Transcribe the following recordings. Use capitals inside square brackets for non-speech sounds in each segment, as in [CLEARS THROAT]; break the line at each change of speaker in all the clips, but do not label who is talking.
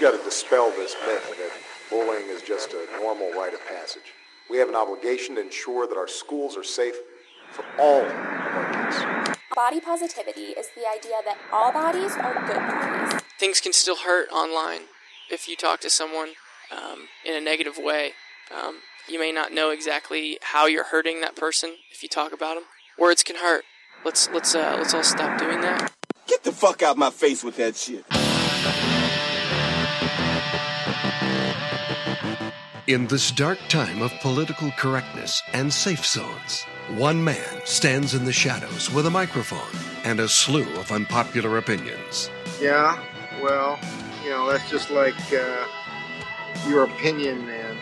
got to dispel this myth that bullying is just a normal rite of passage. We have an obligation to ensure that our schools are safe for all of our kids.
Body positivity is the idea that all bodies are good bodies.
things can still hurt online if you talk to someone um, in a negative way. Um, you may not know exactly how you're hurting that person if you talk about them. Words can hurt. Let's let's uh, let's all stop doing that.
Get the fuck out my face with that shit.
In this dark time of political correctness and safe zones, one man stands in the shadows with a microphone and a slew of unpopular opinions.
Yeah, well, you know, that's just like uh, your opinion, man.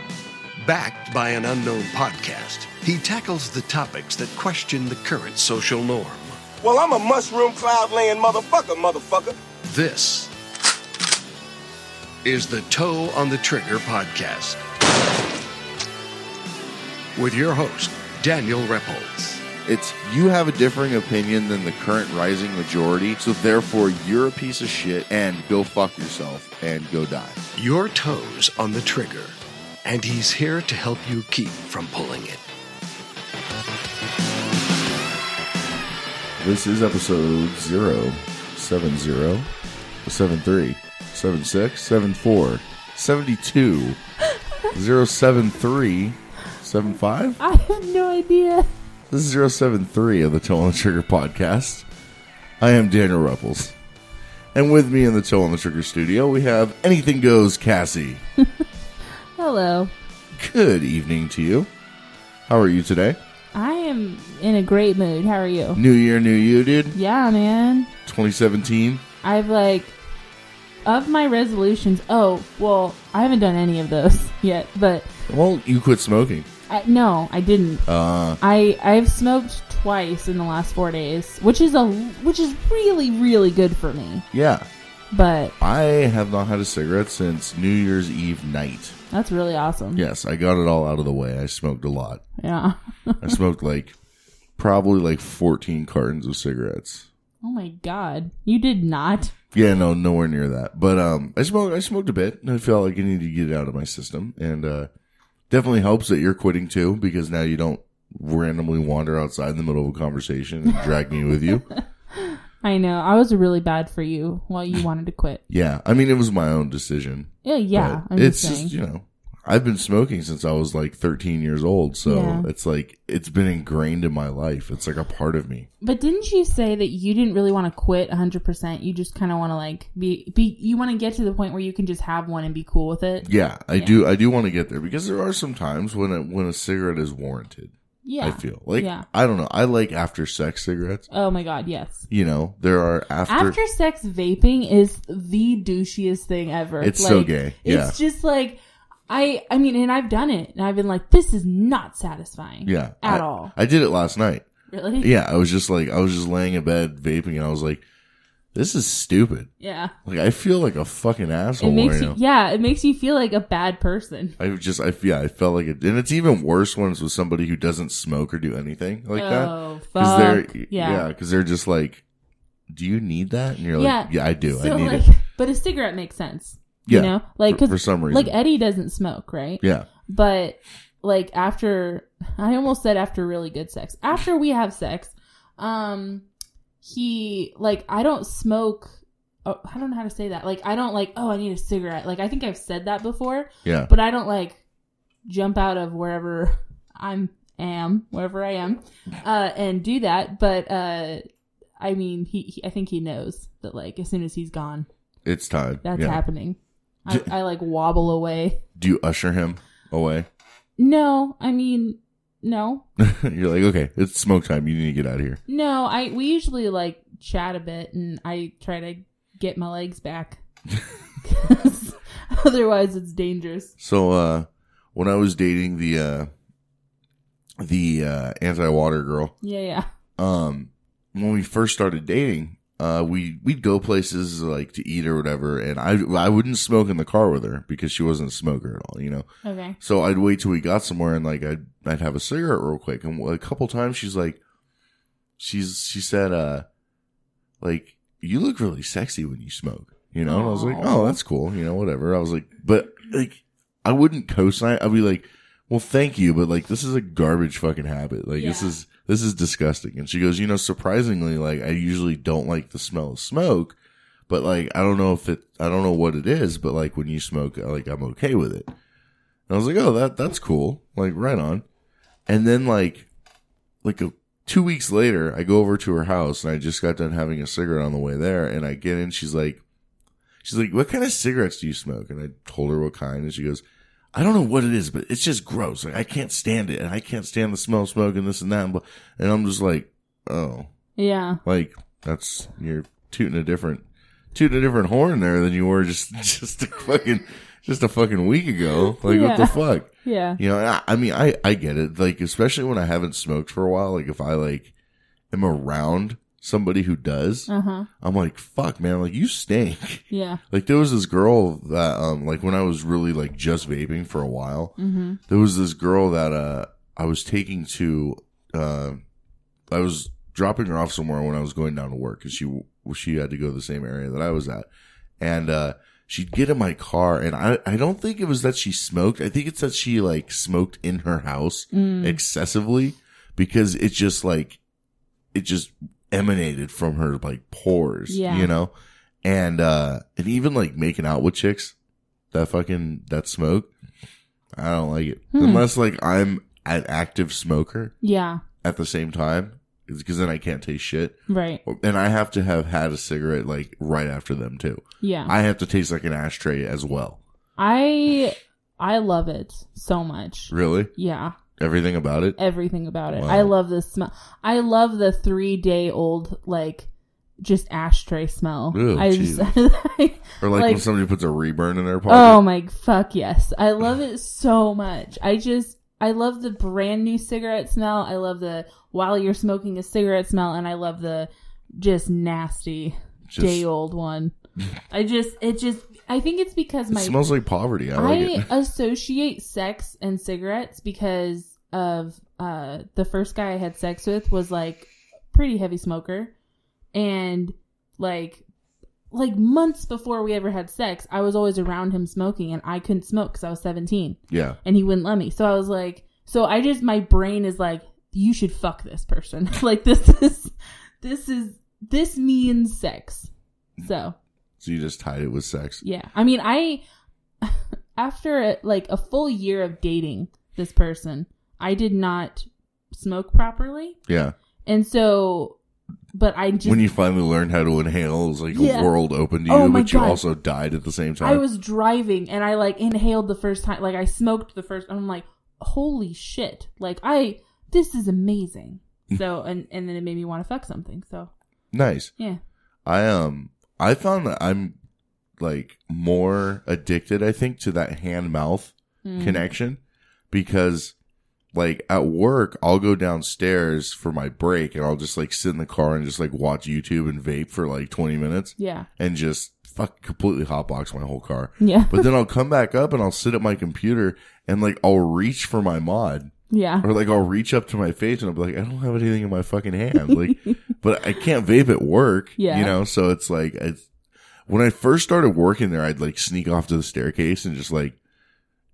Backed by an unknown podcast, he tackles the topics that question the current social norm.
Well, I'm a mushroom cloud laying motherfucker, motherfucker.
This is the Toe on the Trigger podcast with your host, Daniel Repples.
It's you have a differing opinion than the current rising majority, so therefore you're a piece of shit and go fuck yourself and go die.
Your toes on the trigger, and he's here to help you keep from pulling it.
This is episode zero, seven zero, seven three, seven six, seven four, seventy
[LAUGHS]
two, zero seven three, seven five.
I have no idea.
This is 073 of the Toe on the Trigger podcast. I am Daniel Rupples. And with me in the Toe on the Trigger studio, we have Anything Goes Cassie.
Hello.
Good evening to you. How are you today?
I am in a great mood. How are you?
New year, new you, dude.
Yeah, man.
2017.
I've like of my resolutions. Oh, well, I haven't done any of those [LAUGHS] yet, but
Well, you quit smoking.
I, no, I didn't.
Uh,
I I've smoked twice in the last 4 days, which is a which is really really good for me.
yeah.
But
I have not had a cigarette since New Year's Eve night.
that's really awesome.
Yes, I got it all out of the way. I smoked a lot.
Yeah. [LAUGHS]
I [LAUGHS] smoked like probably like 14 cartons of cigarettes.
Oh my god. You did not.
Yeah, no, nowhere near that. But um, I smoked. I smoked a bit, and I felt like I needed to get it out of my system, and uh, definitely helps that you're quitting too, because now you don't randomly wander outside in the middle of a conversation and drag me with
[LAUGHS]
you.
I know. I was really bad for you
[LAUGHS]
while you wanted to quit.
Yeah, I mean it was my own decision.
Yeah, yeah.
but
I'm
it's
just saying.
you know I've been smoking since I was like 13 years old, so
Yeah.
it's like it's been ingrained in my life. It's like a part of me.
But didn't you say that you didn't really want to quit 100%? You just kind of want to like be, be, you want to get to the point where you can just have one and be cool with it?
Yeah, I do. I do want to get there because there are some times when a, when a cigarette is warranted.
Yeah.
I feel like
Yeah.
I don't know. I like after sex cigarettes.
Oh my god, yes.
You know, there are after.
After sex vaping is the douchiest thing ever.
It's so gay. Yeah.
It's just like, I, I mean, and I've done it and I've been like, this is not satisfying.
yeah,
At
I-
all.
I did it last
[LAUGHS]
night.
Really?
Yeah, I was just like, I was just laying in bed vaping, and I was like, this is stupid.
Yeah.
Like, I feel like a fucking
It
asshole
makes
right
you,
now.
yeah, it makes you feel like a bad person.
I just, I yeah, I felt like it, and it's even worse when it's with somebody who doesn't smoke or do anything like that.
Oh, fuck.
they're
Yeah.
because they're just like, do you need that? And you're like, yeah, I do.
So,
I need
like,
it.
[LAUGHS] But a cigarette makes sense.
Yeah.
You know, like
For-
'cause-
for some reason.
like Eddie doesn't smoke, right?
Yeah,
But like after, I almost said after really good sex. After we have sex, um, he like I don't smoke. Oh, I don't know how to say that. Like I don't like. Oh, I need a cigarette. Like I think I've said that before,
[LAUGHS] yeah,
but I don't like jump out of wherever [LAUGHS] I'm am wherever I am, uh, and do that. But uh, I mean, he, he I think he knows that like as soon as he's gone,
it's time.
that's
yeah.
happening. I, I like wobble away.
Do you usher him away?
No, I mean, no,
[LAUGHS] you're like, okay, it's smoke time. You need to get out of here.
no. I we usually like chat a bit, and I try to get my legs back. [LAUGHS] 'Cause Otherwise, it's dangerous.
So uh when I was dating the uh the uh anti-water girl,
Yeah, yeah.
um when we first started dating, uh we we'd go places like to eat or whatever and I I wouldn't smoke in the car with her because she wasn't a smoker at all, you know.
Okay.
So I'd wait till we got somewhere and like I'd I'd have a cigarette real quick. And a couple times she's like, she's she said, uh, like you look really sexy when you smoke. You know, and I was like,
Aw.
oh, that's cool. You know, whatever. I was like, but like, I wouldn't co-sign. I'd be like, well, thank you, but like, this is a garbage fucking habit. Like, this
Yeah.
is this is disgusting. And she goes, you know, surprisingly, like, I usually don't like the smell of smoke, but like, I don't know if it, I don't know what it is, but like, when you smoke, I- like, I'm okay with it. And I was like, oh, that that's cool. Like, right on. And then like, like a two weeks later, I go over to her house and I just got done having a cigarette on the way there. And I get in, she's like, she's like, what kind of cigarettes do you smoke? And I told her what kind. And she goes, I don't know what it is, but it's just gross. Like, I can't stand it. And I can't stand the smell of smoke and this and that. And, blah. and I'm just like, oh,
Yeah.
like that's, you're tooting a different, tooting a different horn there than you were just, [LAUGHS] just a fucking, just a fucking week ago. Like, what
Yeah.
the fuck?
Yeah.
You know, and I, I mean, I, I get it. Like, especially when I haven't smoked for a while, like if I like am around somebody who does,
Uh huh.
I'm like, fuck man, like you stink. [LAUGHS]
Yeah.
Like there was this girl that, um, like when I was really like just vaping for a while,
Mm-hmm.
there was this girl that, uh, I was taking to, uh, I was dropping her off somewhere when I was going down to work and she, she had to go to the same area that I was at. And, uh, she'd get in my car and I, I don't think it was that she smoked. I think it's that she like smoked in her house
Mm.
excessively because it just like it just emanated from her like pores
Yeah.
you know and uh and even like making out with chicks that fucking that smoke i don't like it
Hmm.
unless like i'm an active smoker
Yeah.
at the same time because then i can't taste shit
Right.
and i have to have had a cigarette like right after them too
Yeah.
i have to taste like an ashtray as well
I I love it so much.
really
Yeah,
everything about it
everything about it.
Wow.
I love the smell. I love the three day old like just ashtray smell.
Ew,
I
Jesus.
just
or like, when
[LAUGHS] Like-
somebody puts a reburn in their pocket
oh my fuck yes, I love it so much. I just I love the brand new cigarette smell. I love the while you're smoking a cigarette smell, and I love the just nasty
Just-
day old one. I just it just I think it's because
it
my
smells like poverty i like it [LAUGHS]
I associate sex and cigarettes because of uh the first guy I had sex with was like pretty heavy smoker and like like months before we ever had sex, I was always around him smoking and I couldn't smoke cuz I was 17
Yeah.
and he wouldn't let me. So I was like so I just my brain is like you should fuck this person. [LAUGHS] like this is this is this means sex. So
So you just tied it with sex.
yeah. I mean, I [LAUGHS] after like a full year of dating this person, I did not smoke properly.
Yeah.
And so but I just
when you finally learned how to inhale, it was like
Yeah.
a world open to you,
Oh my
but you
God.
also died at the same time.
I was driving and I like inhaled the first time, like I smoked the first and I'm like, "Holy shit. Like I this is amazing."
Hmm.
So and and then it made me want to fuck something. So,
nice.
yeah.
I um I found that I'm like more addicted, I think, to that hand mouth
Mm.
connection because like at work I'll go downstairs for my break and I'll just like sit in the car and just like watch YouTube and vape for like twenty minutes
Yeah.
and just fuck completely hotbox my whole car.
Yeah.
But then I'll come back up and I'll sit at my computer and like I'll reach for my mod
yeah.
or like I'll reach up to my face and I'll be like, I don't have anything in my fucking hand,
[LAUGHS]
like, but I can't vape at work,
Yeah.
you know. So it's like, it's, when I first started working there, I'd like sneak off to the staircase and just like,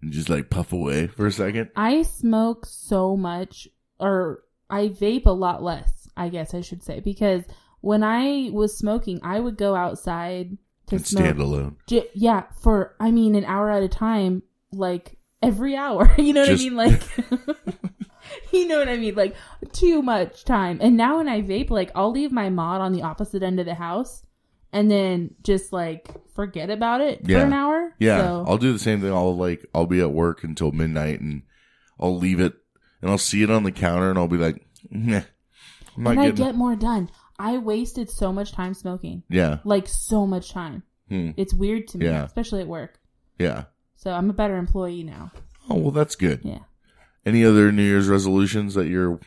and just like puff away for a second.
I smoke so much, or I vape a lot less, I guess I should say, because when I was smoking, I would go outside to
And
smoke.
stand alone,
J- yeah, for, I mean, an hour at a time, like every hour. [LAUGHS] You know what
Just-
I
[LAUGHS]
mean? Like, you know what I mean? Like, too much time. And now when I vape, like, I'll leave my mod on the opposite end of the house and then just, like, forget about it
Yeah.
for an hour.
yeah.
So-
I'll do the same thing. I'll like, I'll be at work until midnight and I'll leave it and I'll see it on the counter and I'll be like, "Meh, I'm not
and I
getting,
get more done. I wasted so much time smoking.
yeah,
Like so much time.
Hmm.
It's weird to me,
Yeah.
especially at work.
yeah.
So I'm a better employee now.
Oh well, that's good.
Yeah.
Any other New Year's resolutions that you're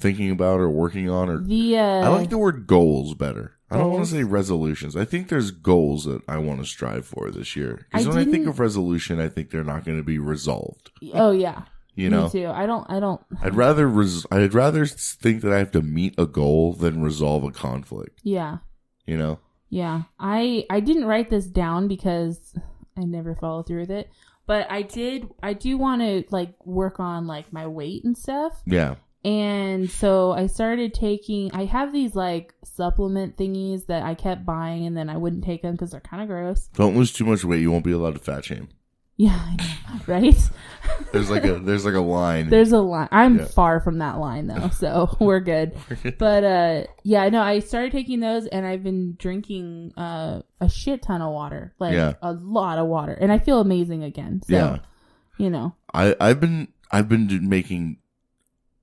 thinking about or working on or
The uh,
I like the word goals better. I don't want
Goals?
to say resolutions. I think there's goals that I want to strive for this year. Because
I
when I think
didn't-
of resolution, I think they're not going to be resolved.
oh yeah,
You know,
me too. I don't. I don't.
I'd rather res- I'd rather think that I have to meet a goal than resolve a conflict.
[LAUGHS] Yeah,
You know,
Yeah, I I didn't write this down because I never follow through with it, but I did. I do want to like work on like my weight and stuff,
Yeah.
and so I started taking. I have these like supplement thingies that I kept buying, and then I wouldn't take them because they're kind of gross. [LAUGHS]
Don't lose too much weight. You won't be allowed to fat shame.
Yeah, I know, [LAUGHS] right.
There's like a there's like a line.
[LAUGHS] There's a line. I'm
Mm-hmm. Yeah.
far from that
[LAUGHS]
line though, so [LAUGHS] we're good. But uh yeah, no, I started taking those and I've been drinking uh a shit ton of water. Like
Yeah.
a lot of water. And I feel amazing again. So
Yeah.
you know.
I I've been I've been do- making.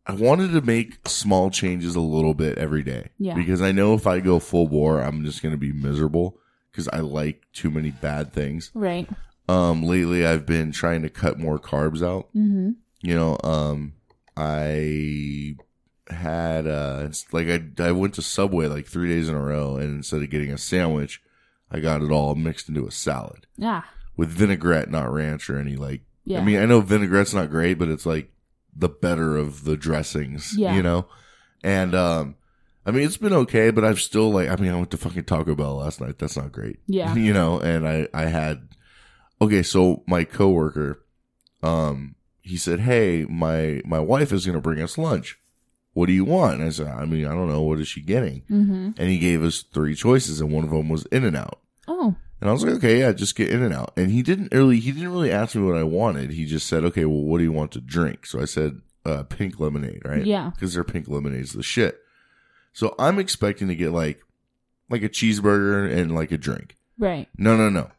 I wanted to make small changes a little bit every day.
Yeah.
Because I know if I go full bore, I'm just going to be miserable because I like too many bad things.
Right.
Um, lately I've been trying to cut more carbs out.
Mm-hmm.
You know, um, I had uh, it's like I I went to Subway like three days in a row, and instead of getting a sandwich, I got it all mixed into a salad
Yeah.
with vinaigrette, not ranch or any like.
Yeah.
I mean, I know vinaigrette's not great, but it's like the better of the dressings.
Yeah.
You know, and um. I mean, it's been okay, but I've still like, I mean, I went to fucking Taco Bell last night. That's not great. [LAUGHS]
Yeah.
You know, and I, I had, okay, so my coworker, um, he said, Hey, my, my wife is going to bring us lunch. What do you want? And I said, I mean, I don't know. What is she getting?
Mm-hmm.
And he gave us three choices and one of them was In and Out.
Oh.
And I was like, okay, yeah, just get in and out. And he didn't really, he didn't really ask me what I wanted. He just said, okay, well, what do you want to drink? So I said, uh, pink lemonade, right?
Yeah.
Because their pink lemonade's the shit. So I'm expecting to get like, like a cheeseburger and like a drink.
Right.
No, no, no.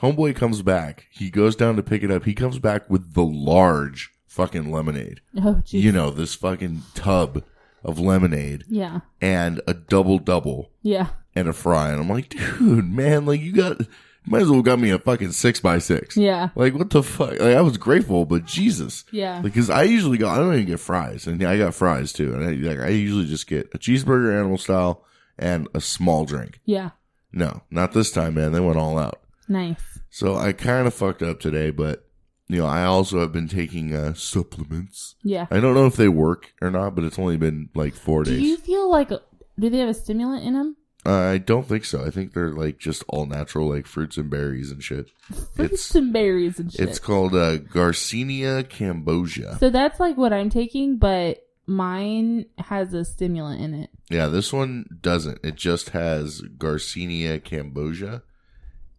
Homeboy comes back. He goes down to pick it up. He comes back with the large fucking lemonade.
Oh geez.
You know, this fucking tub of lemonade
Yeah.
and a double double
Yeah.
and a fry. And I'm like, dude, man, like you got, might as well got me a fucking six by six.
Yeah.
Like what the fuck? Like I was grateful, but Jesus.
Yeah.
Because I usually go, I don't even get fries, and I got fries too. And I, like I usually just get a cheeseburger, animal style, and a small drink.
Yeah.
No, not this time, man. They went all out.
Nice.
So I kind of fucked up today, but you know, I also have been taking uh, supplements.
Yeah.
I don't know if they work or not, but it's only been like four
Do
days.
you feel like do they have a stimulant in them?
Uh, I don't think so. I think they're like just all natural, like fruits and berries and shit.
Fruits
It's
some berries and shit.
it's called uh, Garcinia cambogia.
So that's like what I'm taking, but mine has a stimulant in it.
Yeah, this one doesn't. It just has Garcinia cambogia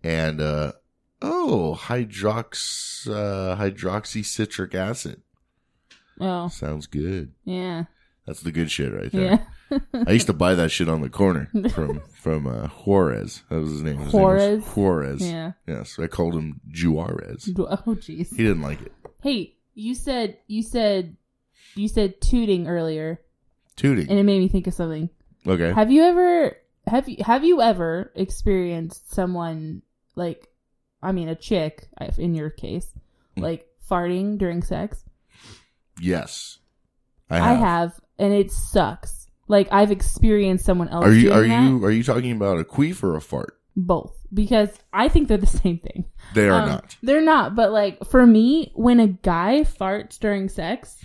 and uh oh hydrox uh, hydroxy citric acid.
Oh,
Sounds good.
yeah.
That's the good shit right there.
Yeah.
I used to buy that shit on the
[LAUGHS]
corner from from uh, Juarez. That was his name. His Name
Juarez?
was Juarez.
Yeah.
Yes, I called him Juarez.
[LAUGHS] Oh, jeez.
He didn't like it.
Hey, you said, you said, you said tooting earlier,
Tooting.
and it made me think of something.
Okay.
Have you ever, have you, have you ever experienced someone like, I mean, a chick, if- in your case,
Hmm.
like farting during sex?
Yes, I
I have, and it sucks. Like, I've experienced someone else.
Are you
doing
are
that.
you are you talking about a queef or a fart?
both because I think they're the [LAUGHS] same thing.
They are
Um,
not.
They're not, but like for me, when a guy farts during sex,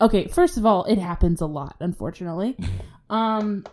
okay, first of all, it happens a lot, unfortunately.
[LAUGHS]
Um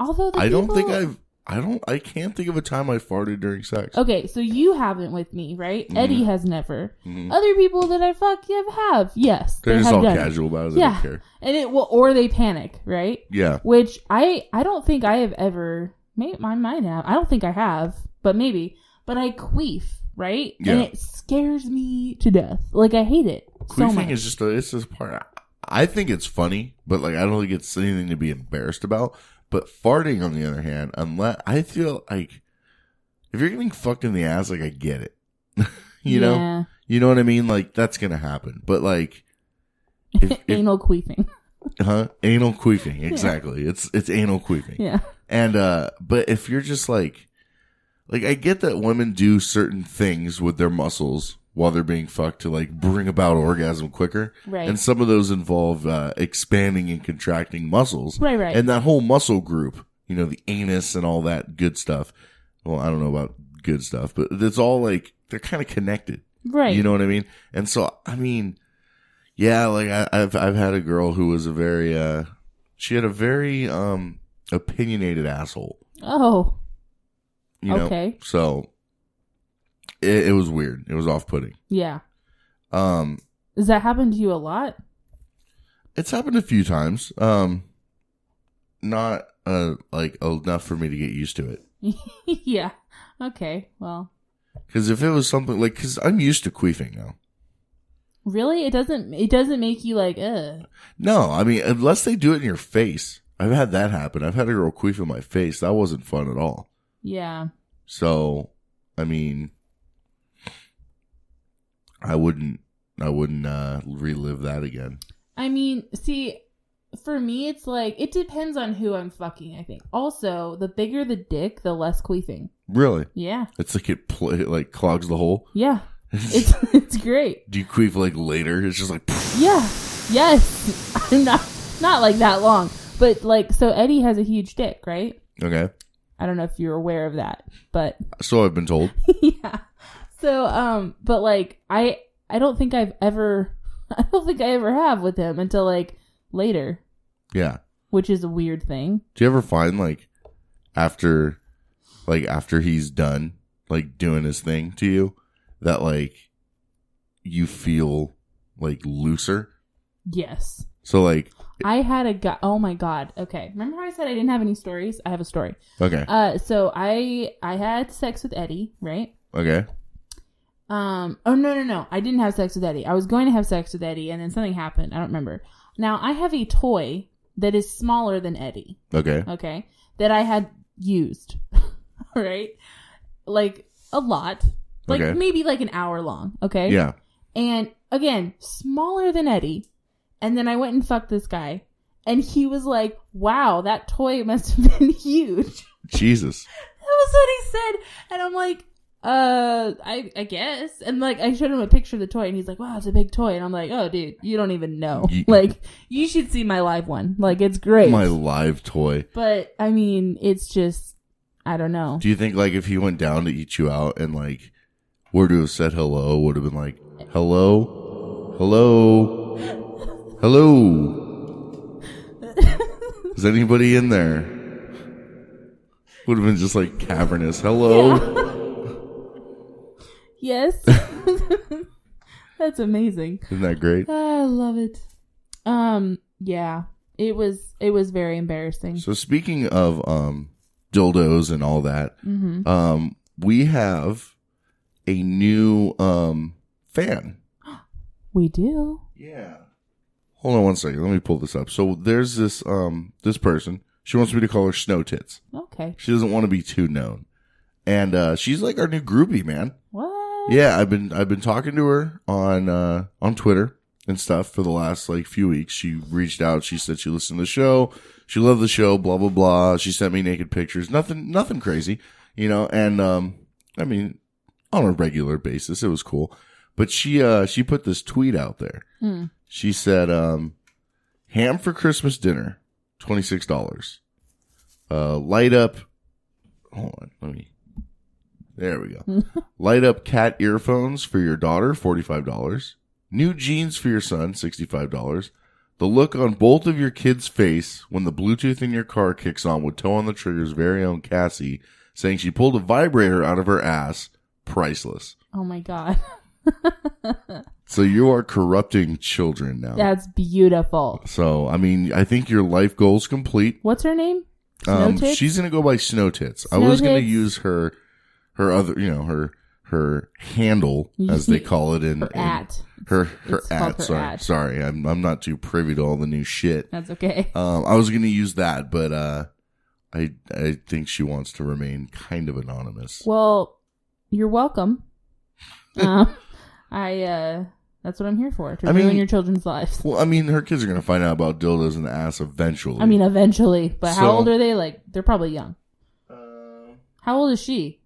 although the
I don't think
people-
I've. I don't. I can't think of a time I farted during sex.
Okay, so you haven't with me, right? Eddie
Mm-hmm.
has never.
Mhm.
Other people that I fuck have have. Yes.
They're
they
just
have
all
done it.
casual about it. They
Yeah.
don't care.
And it will or they panic, right?
Yeah.
which I I don't think I have ever. Maybe I might have. I don't think I have, but maybe. But I queef, right?
Yeah.
And it scares me to death. Like I hate it so
Queefing
much.
is just. A, it's just part. I think it's funny, but like I don't think it's anything to be embarrassed about. But farting, on the other hand, unless I feel like if you're getting fucked in the ass, like I get it. [LAUGHS] you know.
Yeah.
You know what I mean? Like that's gonna happen. But like. If, if-
[LAUGHS] anal queefing.
huh? Anal queefing, exactly. It's it's anal queefing.
yeah,
And uh but if you're just like like I get that women do certain things with their muscles while they're being fucked to like bring about orgasm quicker.
Right.
And some of those involve uh expanding and contracting muscles.
Right, right.
And that whole muscle group, you know, the anus and all that good stuff. Well, I don't know about good stuff, but it's all like they're kind of connected.
right.
You know what I mean? And so, I mean, yeah, like I, I've I've had a girl who was a very uh, she had a very um opinionated asshole,
Oh,
You know?
Okay.
So it, it was weird. It was off putting.
Yeah.
Um,
Does that happen to you a lot? [LAUGHS]
it's happened a few times. Um, not uh like enough for me to get used to it.
yeah. Okay. Well,
Because if it was something like, because I'm used to queefing now.
really, it doesn't. It doesn't make you like, ugh.
No, I mean unless they do it in your face. I've had that happen. I've had a girl queef in my face. That wasn't fun at all.
Yeah.
So, I mean, I wouldn't, I wouldn't uh, relive that again.
I mean, see, for me, it's like it depends on who I'm fucking. I think. Also, the bigger the dick, the less queefing.
Really,
Yeah.
it's like it pl- it like clogs the hole.
Yeah. It's [LAUGHS] it's great.
Do you queef like later? It's just like [LAUGHS]
Yeah. Yes. [LAUGHS] I'm not not like that long, but like so Eddie has a huge dick, right?
okay.
I don't know if you're aware of that, but [LAUGHS]
So I've been told.
yeah. So um but like I I don't think I've ever [LAUGHS] I don't think I ever have with him until like later,
Yeah.
which is a weird thing.
Do you ever find like after, like after he's done like doing his thing to you, that like you feel like looser?
Yes.
So like
I had a guy. Oh my god. Okay. Remember how I said I didn't have any stories? I have a story.
okay,
Uh so I I had sex with Eddie, right?
okay,
Um. Oh no no no! I didn't have sex with Eddie. I was going to have sex with Eddie, and then something happened. I don't remember. Now I have a toy that is smaller than Eddie.
okay,
Okay, that I had used. [LAUGHS] All right, like a lot, like
Okay.
maybe like an hour long. Okay.
yeah,
And again, smaller than Eddie. And then I went and fucked this guy, and he was like, "Wow, that toy [LAUGHS] must have been huge."
Jesus.
That was what he said. And I'm like, uh, I, I guess. And like, I showed him a picture of the toy and he's like, wow, it's a big toy. And I'm like, oh, dude, you don't even know.
Ye-
[LAUGHS] like, you should see my live one. Like, it's great.
my live toy.
but I mean, it's just, I don't know.
Do you think like if he went down to eat you out and like were to have said hello, would have been like hello, hello, hello? Is anybody in there? Would have been just like cavernous. Hello.
[LAUGHS] Yes. [LAUGHS] That's amazing.
Isn't that great?
I love it. Um, yeah, it was, it was very embarrassing.
So speaking of um dildos and all that, um we have a new um fan.
We do.
Yeah. Hold on one second. Let me pull this up. So there's this um this person. She wants me to call her Snow Tits.
Okay.
She doesn't want to be too known. And uh she's like our new groupie, man.
What?
Yeah, I've been I've been talking to her on uh on Twitter and stuff for the last like few weeks. She reached out, she said she listened to the show, she loved the show, blah blah blah. She sent me naked pictures, nothing nothing crazy, you know, and um I mean on a regular basis, it was cool. But she uh she put this tweet out there.
Hmm.
She said, um, ham for Christmas dinner, $26. Uh, light up. Hold on. Let me. There we go. light up cat earphones for your daughter, $45. New jeans for your son, $65. The look on both of your kids' face when the Bluetooth in your car kicks on with toe on the trigger's very own Cassie saying she pulled a vibrator out of her ass, priceless.
Oh my God. [LAUGHS]
So you are corrupting children now.
That's beautiful.
So, I mean, I think your life goal's complete.
What's her name?
Um,
Snowtits?
she's gonna go by Snow Tits. I
Snow
was gonna
Tits?
use her, her other, you know, her her handle as
[LAUGHS]
they call it in
Her
in-
at.
her her
It's called
at.
her
sorry,
at.
sorry, I'm I'm not too privy to all the new shit.
That's okay.
Um, I was gonna use that, but uh, I I think she wants to remain kind of anonymous.
Well, you're welcome.
[LAUGHS]
um, I uh, that's what I'm here for to
I
ruin
mean-
your children's lives.
Well, I mean, her kids are gonna find out about dildos in the ass eventually.
I mean, uh, eventually, but how
So-
old are they? Like, they're probably young. How old is she?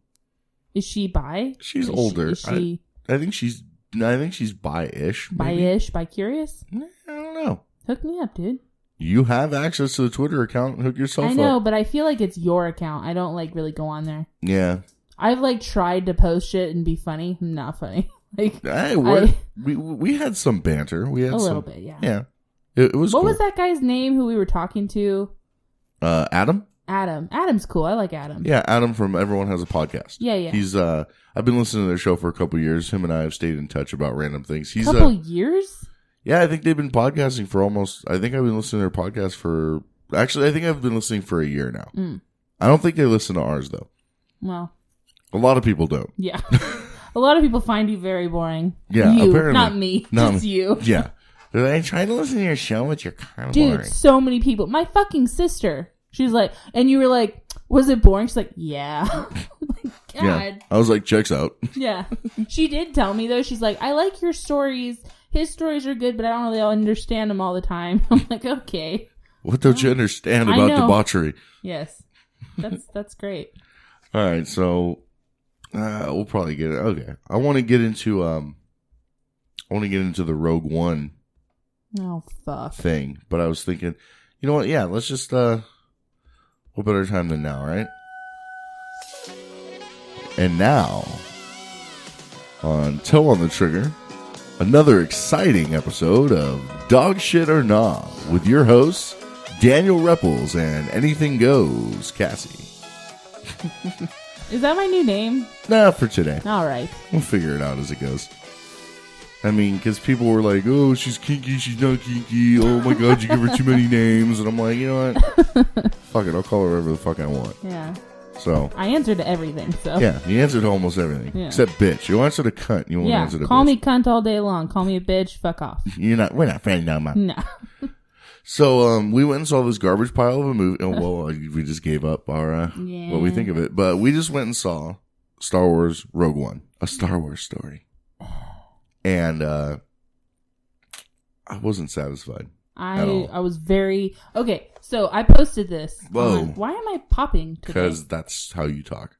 Is she bi?
She's
Is she-
older.
Is she
I think she's I think she's bi-ish. maybe.
bi-ish, bi-curious?
I don't know.
Hook me up, dude.
You have access to the Twitter account. Hook yourself
I know,
up.
but I feel like it's your account. I don't like really go on there.
Yeah.
I've like tried to post shit and be funny. I'm not funny. [LAUGHS] Like
Hey, we're-
I-
we we had some banter. We had
a little
some,
bit, yeah.
Yeah. It, it was.
what
cool.
was that guy's name who we were talking to?
Uh, Adam.
Adam. Adam's cool. I like Adam.
Yeah, Adam from Everyone Has a Podcast.
Yeah, yeah.
He's uh I've been listening to their show for a couple years. Him and I have stayed in touch about random things. He's
couple
uh,
years.
Yeah, I think they've been podcasting for almost I think I've been listening to their podcast for actually I think I've been listening for a year now.
Mm.
I don't think they listen to ours though.
Well,
A lot of people don't. [LAUGHS]
yeah. a lot of people find you very boring.
Yeah,
you,
apparently.
not me.
[LAUGHS] Not
just
me.
you.
Yeah. They're like, I tried to listen to your show, but you're kind of
Dude,
boring.
so many people. My fucking sister. She's like, and you were like, was it boring? She's like, yeah. [LAUGHS] Like, God.
Yeah. I was like, checks out.
Yeah. She did tell me though. She's like, I like your stories. His stories are good, but I don't really understand them all the time. [LAUGHS] I'm like, okay.
What don't you understand
I
about
know.
debauchery?
Yes. That's that's great.
All right, so uh, we'll probably get it. Okay, I want to get into um, I want to get into the Rogue One
Oh fuck.
thing, but I was thinking, you know what? Yeah, let's just uh, what better time than now, right? And now, on toe on the trigger, another exciting episode of Dog Shit or Nah with your hosts Daniel Repples and Anything Goes Cassie.
Is that my new name?
Nah, for today.
All right.
We'll figure it out as it goes. I mean, because people were like, "Oh, she's kinky. She's not kinky. Oh my god, you give her too many names." And I'm like, you know what?
[LAUGHS]
fuck it. I'll call her whatever the fuck I want.
Yeah.
So
I answer to everything, so
yeah, you answered almost everything
Yeah.
except bitch. You answered a cunt. You won't
Yeah,
answer the
Call
bitch.
me cunt all day long. Call me a bitch. Fuck off.
You're not. We're not friends now, man.
No.
So um, we went and saw this garbage pile of a movie. Oh, well, we just gave up our uh,
Yeah.
what we think of it, but we just went and saw Star Wars Rogue One, a Star Wars story,
Oh.
and uh, I wasn't satisfied.
I
At all.
I was very okay. So I posted this.
Whoa.
on- why am I popping? today?
because that's how you talk.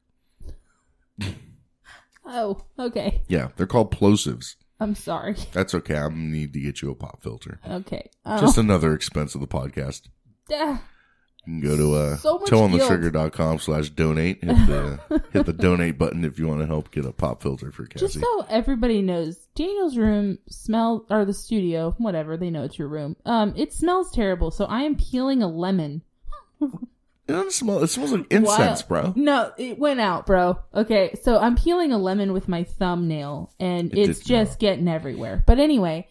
oh okay.
Yeah, they're called plosives.
I'm sorry.
That's okay. I'm gonna need to get you a pop filter.
Okay. Oh.
Just another expense of the podcast.
[LAUGHS] Ah,
You can go to uh,
So much
toeonthetrigger.com slash donate. Hit
[LAUGHS]
the, hit the donate button if you want to help get a pop filter for Cassie.
Just so everybody knows, Daniel's room smells, or the studio, whatever, they know it's your room. Um, it smells terrible, so I am peeling a lemon.
it doesn't smell. It smells like incense,
While-
bro.
No, it went out, bro. Okay, so I'm peeling a lemon with my thumbnail, and
It
it's
did smell.
just getting everywhere. But anyway,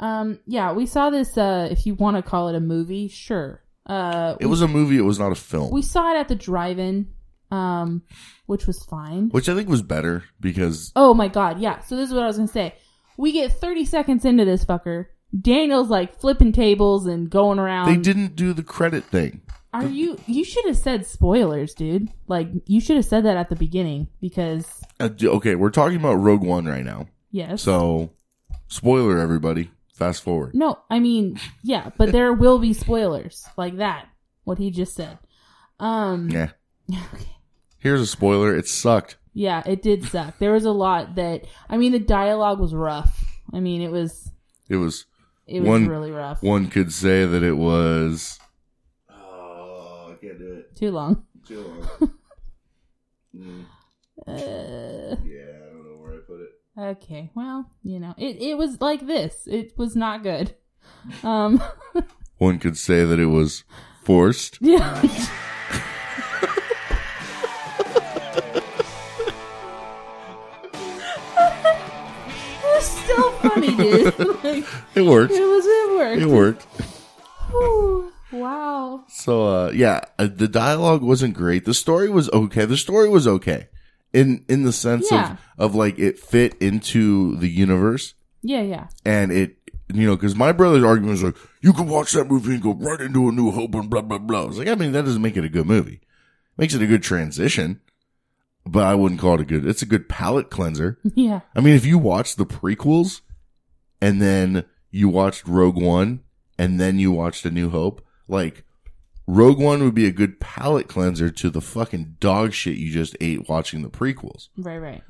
um, yeah, we saw this, uh, if you want to call it a movie, sure. Uh,
It was a movie. It was not a film,
we saw it at the drive-in, um, which was fine.
which I think was better because
Oh my god, yeah. So this is what I was gonna say. We get 30 seconds into this fucker. Daniel's like flipping tables and going around.
they didn't do the credit thing.
Are you? You should have said spoilers, dude. Like you should have said that at the beginning because
Uh, d- okay, we're talking about Rogue One right now,
yes.
so spoiler, everybody. Fast
[LAUGHS]
forward.
no, I mean yeah, but there will be spoilers like that. What he just said. Um.
Yeah. Here's a spoiler. It sucked.
Yeah, it did suck. There was a lot that I mean the dialogue was rough. I mean it was
It was
it was
One-
really rough.
one could say that it was. Oh, I can't do it.
Too long.
Too
[LAUGHS]
long. Mm,
Uh,
yeah, I don't know where I put it.
Okay, well, you know, it, it was like this. It was not good. Um, [LAUGHS]
One could say that it was forced.
yeah. [LAUGHS] it's still funny, dude. [LAUGHS] like,
It worked.
it was it worked.
[LAUGHS] It worked.
Whew, wow.
So uh, yeah, uh, the dialogue wasn't great. The story was okay. The story was okay, in in the sense
Yeah.
of of like it fit into the universe.
Yeah, yeah. [LAUGHS]
and it you know because my brother's argument was like you can watch that movie and go right into a new hope and blah blah blah. I was like, I mean that doesn't make it a good movie. Makes it a good transition, but I wouldn't call it a good. It's a good palate cleanser.
Yeah.
I mean, if you watch the prequels and then you watched Rogue One and then you watched A New Hope, like Rogue One would be a good palate cleanser to the fucking dog shit you just ate watching the prequels
Right, right.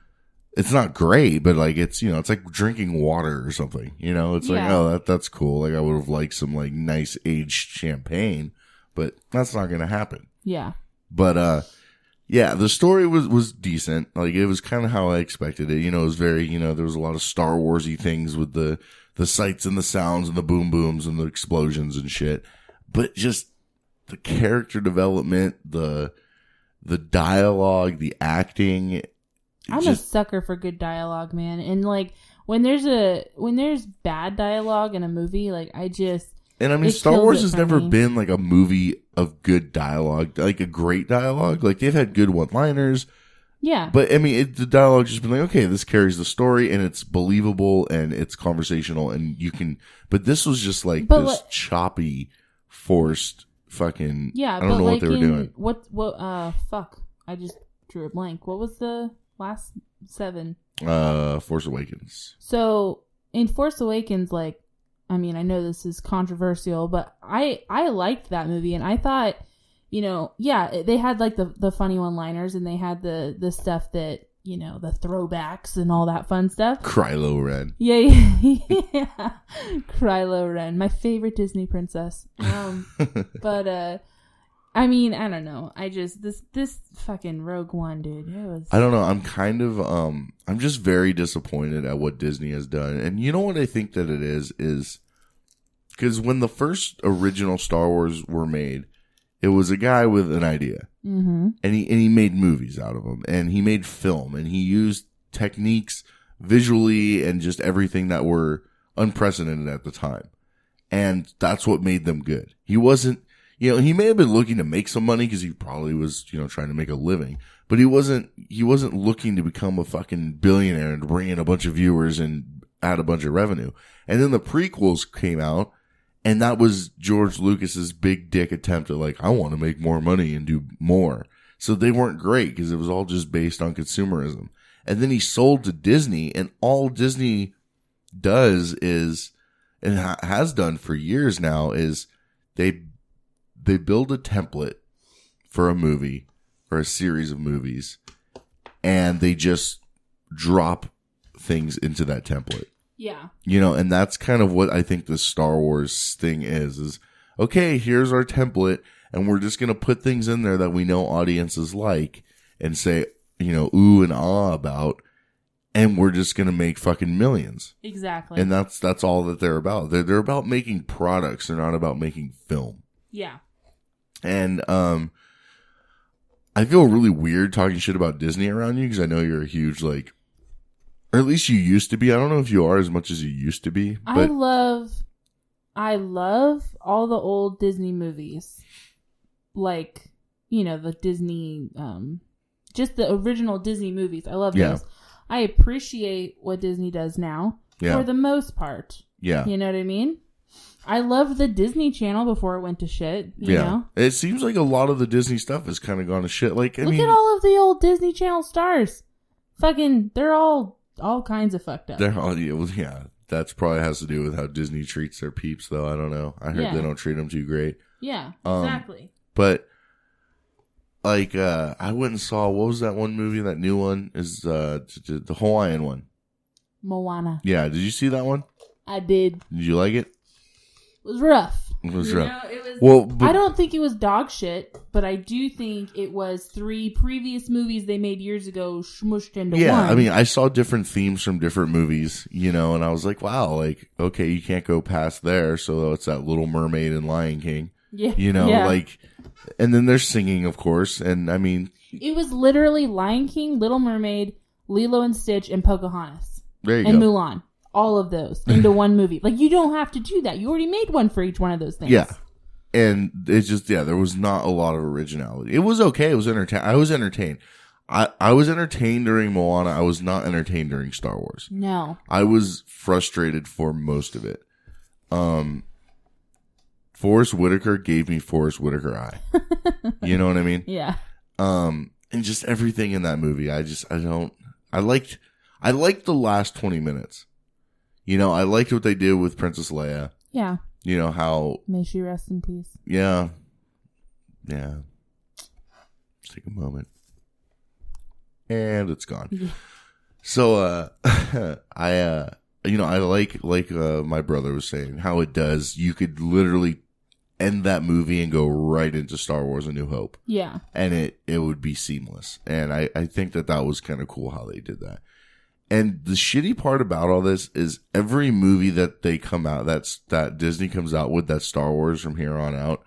it's not great, but like it's you know, it's like drinking water or something. You know, it's like
Yeah.
oh that that's cool. Like I would have liked some like nice aged champagne, but that's not gonna happen.
Yeah.
But uh yeah, the story was was decent. Like it was kind of how I expected it. You know, it was very you know there was a lot of Star Warsy things with the the sights and the sounds and the boom booms and the explosions and shit. But just the character development, the the dialogue, the acting. it
I'm
just-
a sucker for good dialogue, man. And like when there's a when there's bad dialogue in a movie, like I just
And I mean,
It
Star
kills
Wars
it
has
for
never
me.
been like a movie of good dialogue, like a great dialogue. Like they've had good one-liners,
yeah.
but I mean, it, the dialogue just been like, okay, this carries the story and it's believable and it's conversational and you can. But this was just like
But
this
what-
choppy, forced fucking.
yeah,
I don't
but
know
like
what they were
in,
doing.
What what uh fuck. I just drew a blank. What was the last seven?
Uh, Force Awakens.
So in Force Awakens, like, I mean, I know this is controversial, but I I liked that movie, and I thought, you know, yeah, it- they had like the the funny one liners, and they had the the stuff that you know the throwbacks and all that fun stuff.
Krylo Ren.
Yeah, [LAUGHS] yeah, yeah. Krylo Ren, my favorite Disney princess.
[LAUGHS]
Um, but uh, I mean, I don't know. I just this this fucking Rogue One dude. It was
I don't know. I'm kind of um I'm just very disappointed at what Disney has done. And you know what I think that it is is cuz when the first original Star Wars were made, it was a guy with an idea.
mm-hmm.
And he and he made movies out of them and he made film and he used techniques visually and just everything that were unprecedented at the time. And that's what made them good. He wasn't you know, he may have been looking to make some money because he probably was, you know, trying to make a living, but he wasn't, he wasn't looking to become a fucking billionaire and bring in a bunch of viewers and add a bunch of revenue. And then the prequels came out and that was George Lucas's big dick attempt at like, I want to make more money and do more. So they weren't great because it was all just based on consumerism. And then he sold to Disney and all Disney does is, and ha- has done for years now is they they build a template for a movie or a series of movies and they just drop things into that template
yeah.
you know and that's kind of what i think the star wars thing is is okay here's our template and we're just going to put things in there that we know audiences like and say you know ooh and ah about and we're just going to make fucking millions
Exactly.
and uh, that's that's all that they're about they're, they're about making products they're not about making film
yeah.
and um, I feel really weird talking shit about Disney around you because I know you're a huge like, or at least you used to be. I don't know if you are as much as you used to be,
I
but
love I love all the old Disney movies. Like, you know, the Disney um just the original Disney movies. I love
Yeah.
those. I appreciate what Disney does now
Yeah.
for the most part.
yeah,
You know what I mean? I loved the Disney channel before it went to shit, you
yeah.
know.
It seems like a lot of the Disney stuff has kind of gone to shit. Like, I
Look
mean,
at all of the old Disney Channel stars. Fucking they're all all kinds of fucked up.
their audio, yeah, that's probably has to do with how Disney treats their peeps, though. I don't know. I heard
Yeah.
they don't treat them too great.
yeah,
Um,
exactly.
but like uh i went and saw what was that one movie that new one is uh t- t- the hawaiian one
Moana.
yeah did you see that one
I did.
did you like it
It was rough.
it was
You
rough.
know, it was-
well but,
I don't think it was dog shit, but I do think it was three previous movies they made years ago smushed into
yeah
one.
i mean i saw different themes from different movies you know and i was like wow like okay you can't go past there so it's that little mermaid and lion king
yeah,
you know
yeah.
like and then they're singing of course and i mean
it was literally Lion King, Little Mermaid, Lilo and Stitch, and Pocahontas
there you
and
go
Mulan. All of those
[LAUGHS]
into one movie. Like you don't have to do that. You already made one for each one of those things.
Yeah. And it's just yeah, there was not a lot of originality. It was okay. It was entertain. I was entertained. I I was entertained during Moana. I was not entertained during Star Wars.
No.
I was frustrated for most of it. Um, Forrest Whitaker gave me Forrest Whitaker eye. you know what I mean?
Yeah.
Um, and just everything in that movie. I just I don't. I liked I liked the last twenty minutes. You know, I liked what they did with Princess Leia.
Yeah.
You know how
May she rest in peace.
yeah. Yeah. Just take a moment. And it's gone. So uh [LAUGHS] I uh you know, I like like uh my brother was saying how it does. You could literally end that movie and go right into Star Wars A New Hope
Yeah.
and it it would be seamless. And I I think that that was kind of cool how they did that. And the shitty part about all this is every movie that they come out that's that Disney comes out with that Star Wars from here on out,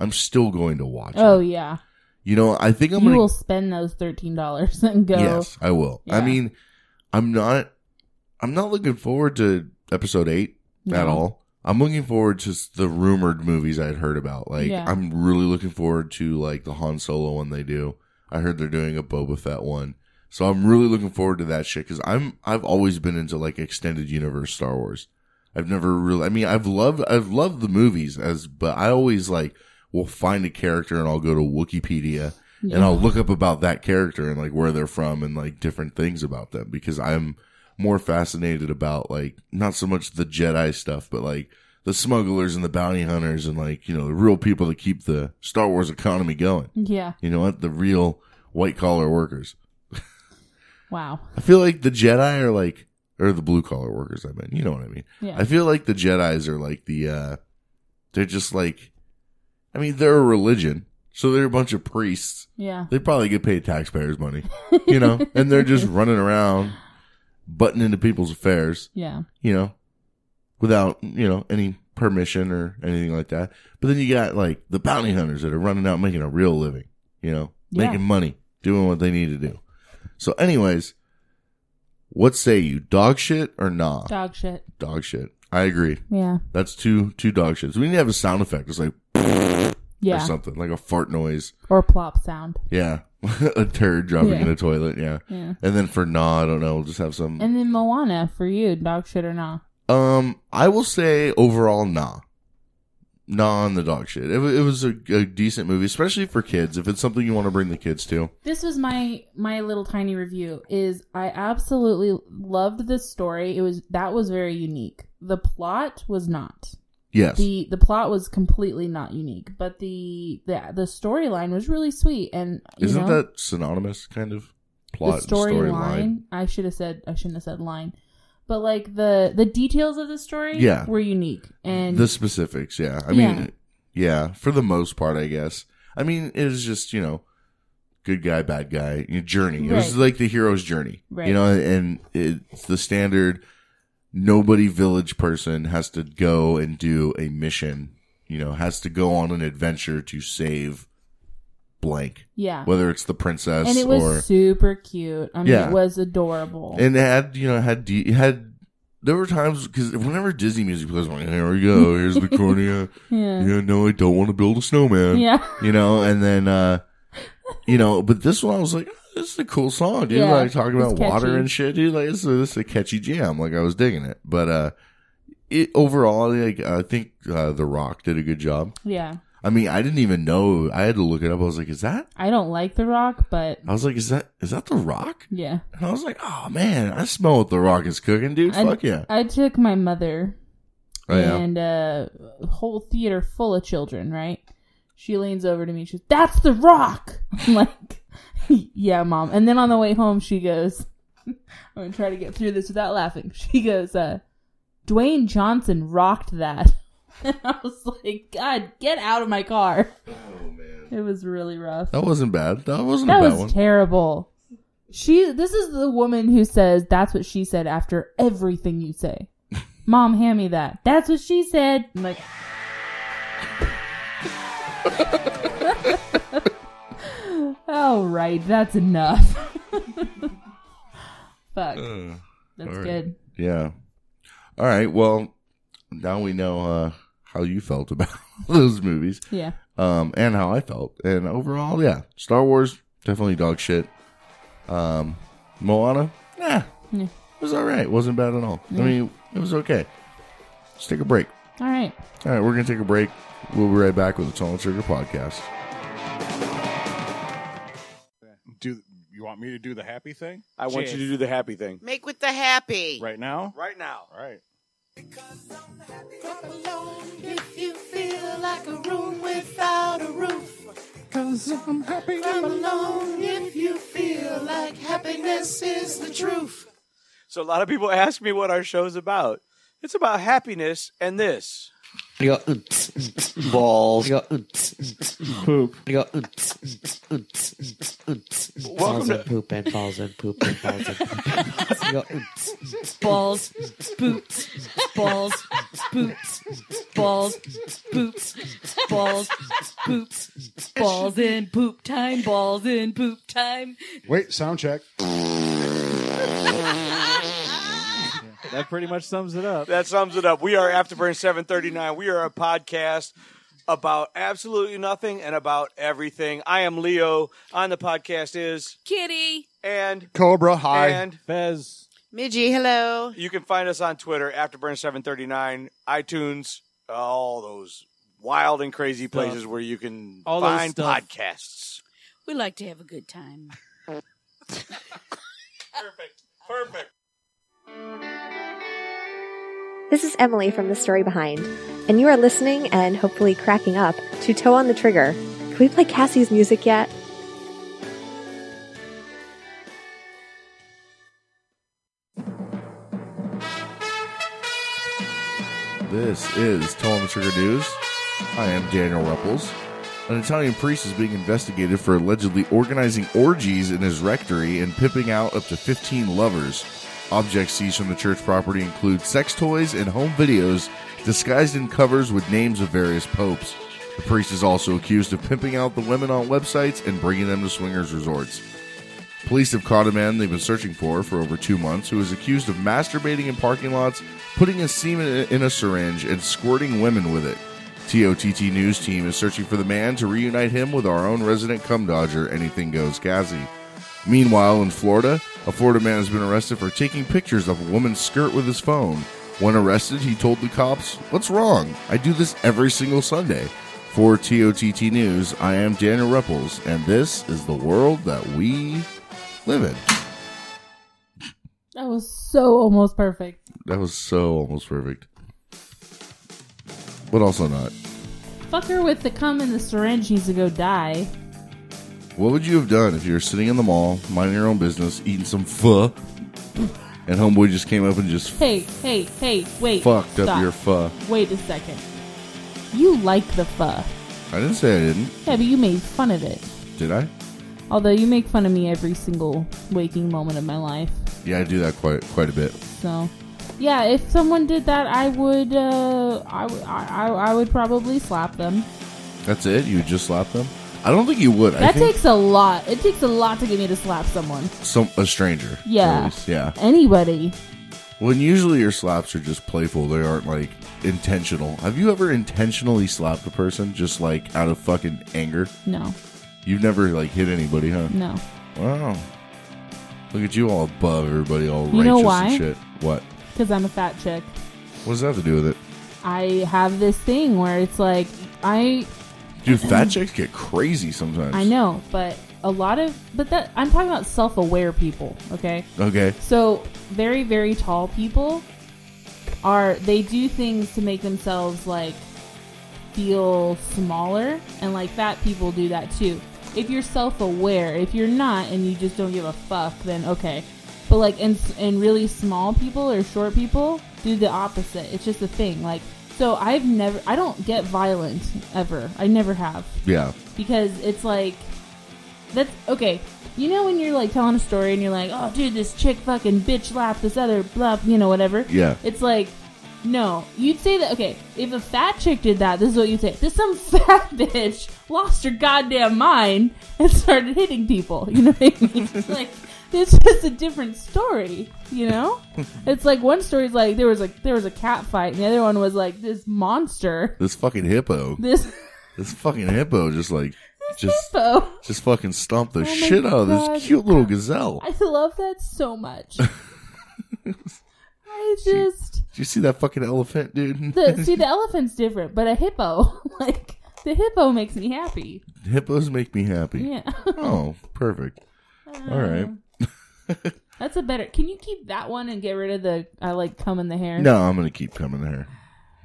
I'm still going to watch
Oh
it.
yeah,
You know, I think I'm
you
going
will spend those thirteen dollars [LAUGHS] and go.
Yes, I will. I
Yeah.
mean, I'm not I'm not looking forward to episode 8 at
No.
all. I'm looking forward to s- the rumored movies I'd heard about. Like
Yeah.
I'm really looking forward to like the Han Solo one they do. I heard they're doing a Boba Fett one. So I'm really looking forward to that shit cuz I'm I've always been into like extended universe Star Wars. I've never really I mean I've loved I've loved the movies as but I always like will find a character and I'll go to Wikipedia
Yeah.
and I'll look up about that character and like where they're from and like different things about them because I'm more fascinated about like not so much the Jedi stuff, but like the smugglers and the bounty hunters and like, you know, the real people that keep the Star Wars economy going.
yeah.
You know what? The real white collar workers.
Wow.
I feel like the Jedi are like, or the blue collar workers, I mean, you know what I mean.
Yeah.
I feel like the Jedi's are like the uh they're just like I mean, they're a religion. So they're a bunch of priests.
yeah.
They probably get paid taxpayers' money, you know, and they're just running around butting into people's affairs,
Yeah.
you know, without, you know, any permission or anything like that. But then you got like the bounty hunters that are running out making a real living, you know,
Yeah.
making money, doing what they need to do. So, anyways, what say you, dog shit or nah? Dog,
Dog shit.
shit. I agree.
Yeah.
That's two two dog shits. We need to have a sound effect. It's like or
Yeah.
something, like a fart noise.
Or plop sound.
Yeah. [LAUGHS] a turd dropping
Yeah.
in a toilet, yeah.
Yeah.
And then for nah, I don't know, we'll just have some
And then Moana for you, dog shit or not?
um I will say overall nah. Nah on the dog shit. It, wa- it was a, a decent movie, especially for kids. If it's something you want to bring the kids to.
This was my my little tiny review. Is I absolutely loved this story. It was that was very unique. The plot was not.
Yes.
the The plot was completely not unique, but the the the storyline was really sweet. And you
Isn't
know,
that synonymous kind of plot
the storyline.
and
I should have said I shouldn't have said line, but like the the details of the story
Yeah.
were unique
storyline?
and
The specifics, yeah. I
Yeah.
mean yeah, for the most part I guess. I mean, it was just, you know, good guy, bad guy, you know, journey. It was
Right.
like the hero's journey.
Right.
You know, and it's the standard nobody village person has to go and do a mission, you know, has to go on an adventure to save blank.
yeah,
Whether it's the princess
and it was
or
super cute. I mean,
Yeah.
it was adorable.
and it had you know it had D, it had there were times because whenever Disney music plays, I'm like, here we go,
[LAUGHS]
here's the cornea.
yeah,
yeah, no, I don't want to build a snowman
yeah.
you know, and then uh you know, but this one I was like, "Oh, this is a cool song, dude.
Yeah,
like talking about
it's
water
catchy.
and shit, dude. Like this is, this is a catchy jam. Like I was digging it, but uh, it overall, like I think uh, The Rock did a good job.
yeah.
I mean, I didn't even know. I had to look it up. I was like, is that?
I don't like The Rock, but
I was like, is that is that The Rock?
yeah.
And I was like, oh man, I smell what The Rock is cooking, dude.
I,
Fuck yeah,
I took my mother
oh yeah.
and uh, a whole theater full of children, right? She leans over to me. She's, that's The Rock. [LAUGHS] I'm like, yeah, mom. And then on the way home, she goes, [LAUGHS] I'm going to try to get through this without laughing. [LAUGHS] She goes, uh, Dwayne Johnson rocked that. [LAUGHS] And I was like, God, get out of my car. It was really rough.
Oh, That wasn't bad. That wasn't
That
a bad
was
one.
terrible. She. This is the woman who says that's what she said after everything
[LAUGHS]
you say. Mom, hand me that. That's what she said. I'm like. All right, that's enough. [LAUGHS] Fuck,
Ugh. Uh, all
that's
right.
good.
Yeah. All right. Well, now we know uh, how you felt [LAUGHS] about those movies,
Yeah,
um, and how I felt, and overall, yeah, Star Wars definitely dog shit. Um, Moana, nah,
Yeah.
it was all right. wasn't bad at all. I mean, it was okay. Let's take a break.
all right.
All right, we're gonna take a break. We'll be right back with the Total Trigger podcast.
Do you want me to do the happy thing
I want you to do the happy thing.
Make with the happy.
right now?
Right now.
All right.
If you feel like a room without a roof,
Cause I'm happy.
I'm alone. If you feel like happiness is the truth.
So a lot of people ask me what our show's about. It's about happiness and this.
You go, oops. balls.
Poop.
I go. Balls
Welcome
and
to-
poop and uh, balls and poop and balls and poop. I go,
balls, boots, balls, boots, balls, boots, balls, boots, balls in poop time, balls in poop time.
Wait, sound check.
That pretty much sums it up.
[LAUGHS] That sums it up. We are Afterburn 739. We are a podcast about absolutely nothing and about everything. I am Leo. On the podcast is
Kitty.
And
Cobra, hi.
And Fez.
Midgie, hello.
You can find us on Twitter, Afterburn739, iTunes, all those wild and crazy places where you can
All those
find
stuff.
podcasts.
We like to have a good time.
Perfect. Perfect.
This is Emily from The Story Behind, and you are listening and hopefully cracking up to Toe on the Trigger. Can we play Cassie's music yet?
This is Tell 'em the Trigger News. I am Daniel Ruppels. An Italian priest is being investigated for allegedly organizing orgies in his rectory and pimping out up to 15 lovers. Objects seized from the church property include sex toys and home videos disguised in covers with names of various popes. The priest is also accused of pimping out the women on websites and bringing them to swingers resorts. Police have caught a man they've been searching for for over two months who is accused of masturbating in parking lots, putting his semen in a syringe, and squirting women with it. TOTT News team is searching for the man to reunite him with our own resident cum dodger, Anything Goes Cassie. Meanwhile, in Florida, a Florida man has been arrested for taking pictures of a woman's skirt with his phone. When arrested, he told the cops, What's wrong? I do this every single Sunday. For TOTT News, I am Daniel Ruppels, and this is the world that we live in.
That was so almost perfect.
That was so almost perfect. But also not.
Fucker with the cum in the syringe needs to go die.
What would you have done if you were sitting in the mall, minding your own business, eating some pho, and homeboy just came up and just
Hey, hey, hey, wait.
fucked up
stop.
your pho?
Wait a second. You like the pho.
I didn't say I didn't.
Yeah, but you made fun of it.
Did I?
Although you make fun of me every single waking moment of my life.
Yeah, I do that quite quite a bit.
So, yeah, if someone did that, I would, uh, I, w- I, I- I would probably slap them.
That's it. You just slap them. I don't think you would. I
that
think
takes a lot. It takes a lot to get me to slap someone.
some a stranger. at
Yeah.
least. Yeah.
Anybody.
When usually your slaps are just playful, they aren't like intentional. Have you ever intentionally slapped a person just like out of fucking anger?
No.
You've never like hit anybody, huh?
No.
Wow. Look at you all above everybody, all
You
righteous
know why?
and shit. What?
Because I'm a fat chick.
What does that have to do with it?
I have this thing where it's like, I
Dude, fat chicks get crazy sometimes.
I know, but a lot of but that I'm talking about self-aware people, okay?
Okay.
So, very very tall people are they do things to make themselves like feel smaller and like fat people do that too. If you're self-aware, if you're not and you just don't give a fuck, then okay. But like and and really small people or short people do the opposite. It's just a thing. Like so I've never I don't get violent ever. I never have
Yeah.
because it's like that's okay. You know when you're like telling a story and you're like, "Oh, dude, this chick fucking bitch laughed this other blah, you know, whatever."
Yeah.
It's like, no, you'd say that. Okay, if a fat chick did that, this is what you'd say: this some [LAUGHS] fat bitch lost her goddamn mind and started hitting people. You know what I mean? It's like it's just a different story. You know, it's like one story's like there was like there was a cat fight, and the other one was like this monster.
This fucking hippo.
This
This fucking hippo just like just
hippo.
just fucking stomped the
Oh my
shit out of
God.
this cute little gazelle.
I love that
[LAUGHS]
so much. I just
Did you see that fucking elephant, dude? [LAUGHS]
the, see the elephant's different, but a hippo [LAUGHS] like the hippo makes me happy.
Hippos make me happy.
Yeah.
Oh, perfect. All right.
That's a better. Can you keep that one and get rid of the I like cum in the hair?
No, I'm gonna keep coming there.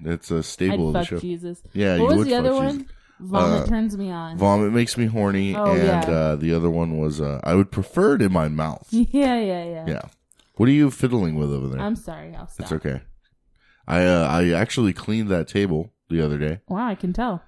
It's a staple
I'd
of the
fuck
show.
Jesus.
Yeah.
What
you
was
would
the other
fuck
one?
Jesus. Uh,
Vomit turns me on.
Vomit makes me horny,
Oh,
and
yeah.
uh, the other one was uh, I would prefer it in my
[LAUGHS]
mouth.
[LAUGHS] Yeah, yeah, yeah.
Yeah. What are you fiddling with over there?
I'm sorry. I'll stop.
It's okay. I uh, I actually cleaned that table the other day.
Wow, I can tell.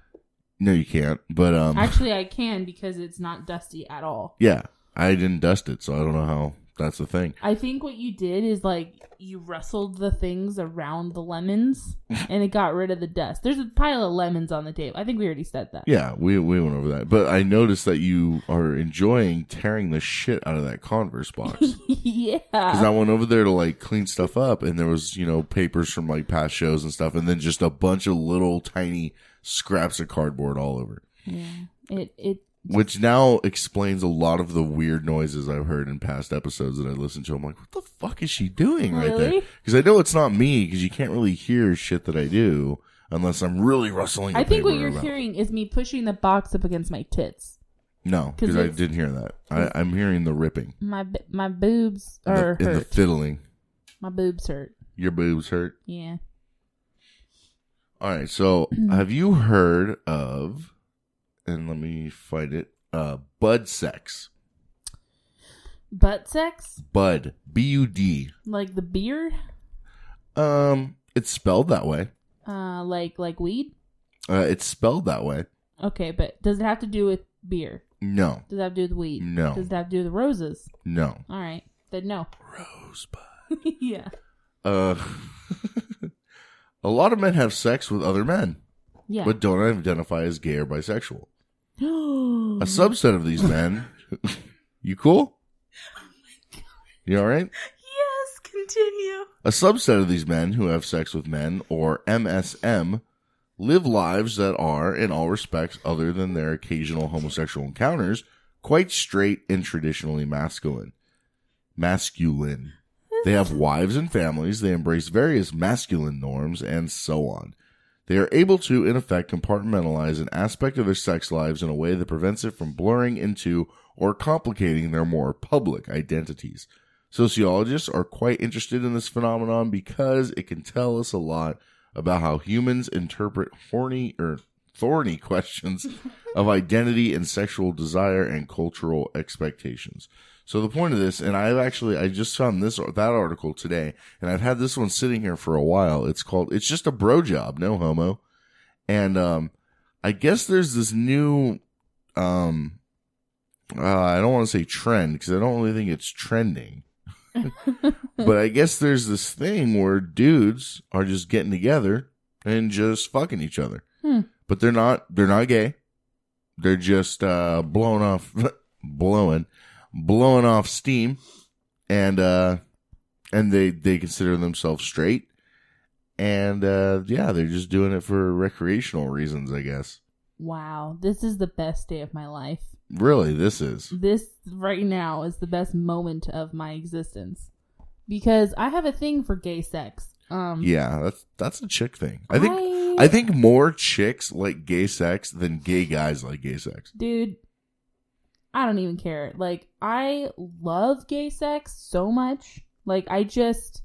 No, you can't. But um,
Actually, I can because it's not dusty at all.
yeah, I didn't dust it, so I don't know how that's a thing.
I think what you did is like you rustled the things around
[LAUGHS]
the lemons and it got rid of the dust. There's a pile of lemons on the table. I think we already said that.
Yeah, we we went over that. But I noticed that you are enjoying tearing the shit out of that Converse box.
[LAUGHS] yeah.
Because I went over there to like clean stuff up, and there was you know papers from like past shows and stuff, and then just a bunch of little tiny scraps of cardboard all over,
Yeah. It it
which now explains a lot of the weird noises I've heard in past episodes that I listened to. I'm like, what the fuck is she doing right there?
Really?
Because I know it's not me, because you can't really hear shit that I do unless I'm really rustling.
I
the
think what
paper
you're
around.
hearing is me pushing the box up against my tits.
No,
'Cause
because I
it's-
didn't hear that.
Mm.
I, I'm hearing the ripping
My b- my boobs
and the-
are
and the
hurt.
fiddling.
my boobs hurt.
Your boobs hurt.
Yeah.
All right.
[CLEARS THROAT]
So, have you heard of, and let me find it, uh, Bud Sex?
Butt sex?
Bud, B U D.
Like the beer?
Um, it's spelled that way.
Uh like like weed?
Uh, it's spelled that way.
Okay, but does it have to do with beer?
No,
Does it have to do with weed?
No.
Does it have to do with roses?
no.
All right. Then no. Rosebud. [LAUGHS] yeah.
Uh, [LAUGHS] a lot of men have sex with other men,
Yeah.
but don't identify as gay or bisexual.
a [GASPS] Mm-hmm.
A subset of these men. [LAUGHS] you cool? You all right?
Yes, continue.
A subset of these men who have sex with men, or MSM, live lives that are, in all respects other than their occasional homosexual encounters, quite straight and traditionally masculine. Masculine. They have wives and families, they embrace various masculine norms, and so on. They are able to, in effect, compartmentalize an aspect of their sex lives in a way that prevents it from blurring into or complicating their more public identities. Sociologists are quite interested in this phenomenon because it can tell us a lot about how humans interpret horny or thorny [LAUGHS] questions of identity and sexual desire and cultural expectations. So the point of this, and I've actually I just found this that article today, and I've had this one sitting here for a while. It's called "It's Just a Bro Job, No Homo," and um, I guess there's this new um, uh, I don't want to say trend because I don't really think it's trending, [LAUGHS] but I guess there's this thing where dudes are just getting together and just fucking each other
Hmm.
but they're not they're not gay they're just uh blowing off [LAUGHS] blowing blowing off steam and uh and they they consider themselves straight and uh yeah they're just doing it for recreational reasons i guess
Wow, this is the best day of my life.
really this is
This right now is the best moment of my existence because I have a thing for gay sex. Um,
yeah that's that's a chick thing i think i think more chicks like gay sex than gay guys like gay sex
dude, I don't even care. Like, I love gay sex so much. Like, I just,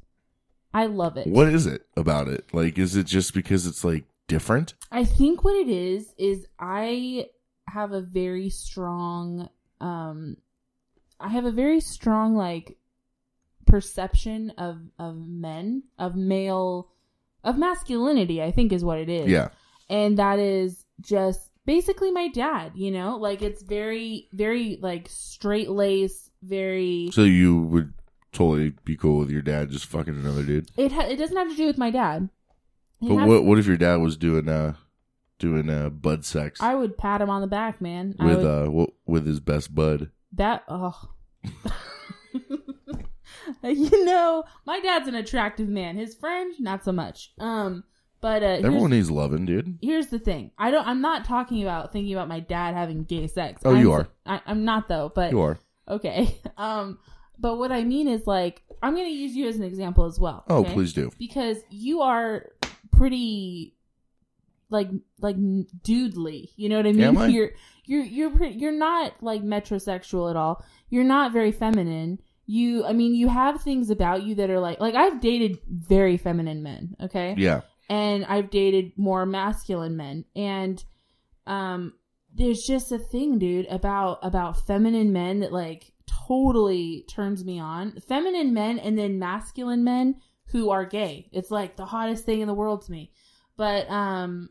I love it.
what is it about it like is it just because it's like different
I think what it is is I have a very strong um I have a very strong like perception of of men, of male of masculinity, I think is what it is.
Yeah.
And that is just basically my dad, you know? Like it's very very like straight lace, very
So you would totally be cool with your dad just fucking another dude.
it ha- it doesn't have to do with my dad. It
But
has-
what what if your dad was doing uh doing uh bud sex
I would pat him on the back, man. I
with
would-
uh w- with his best bud?
That oh. [LAUGHS] you know, my dad's an attractive man. His friend, not so much. Um, but uh,
Everyone
here's,
needs loving, dude.
here's the thing. I don't. I'm not talking about thinking about my dad having gay sex.
Oh,
I'm,
you are.
I, I'm not though. But
You are.
okay. [LAUGHS] Um, but what I mean is like I'm gonna use you as an example as well.
Oh,
okay?
please do.
because you are pretty like like dudely. You know what I mean?
Am I?
[LAUGHS] You're you're you're pre- you're not like metrosexual at all. You're not very feminine. You, I mean, you have things about you that are like like I've dated very feminine men. Okay.
Yeah.
And I've dated more masculine men, and um, there's just a thing, dude, about about feminine men that like totally turns me on. Feminine men and then masculine men who are gay. It's like the hottest thing in the world to me. But um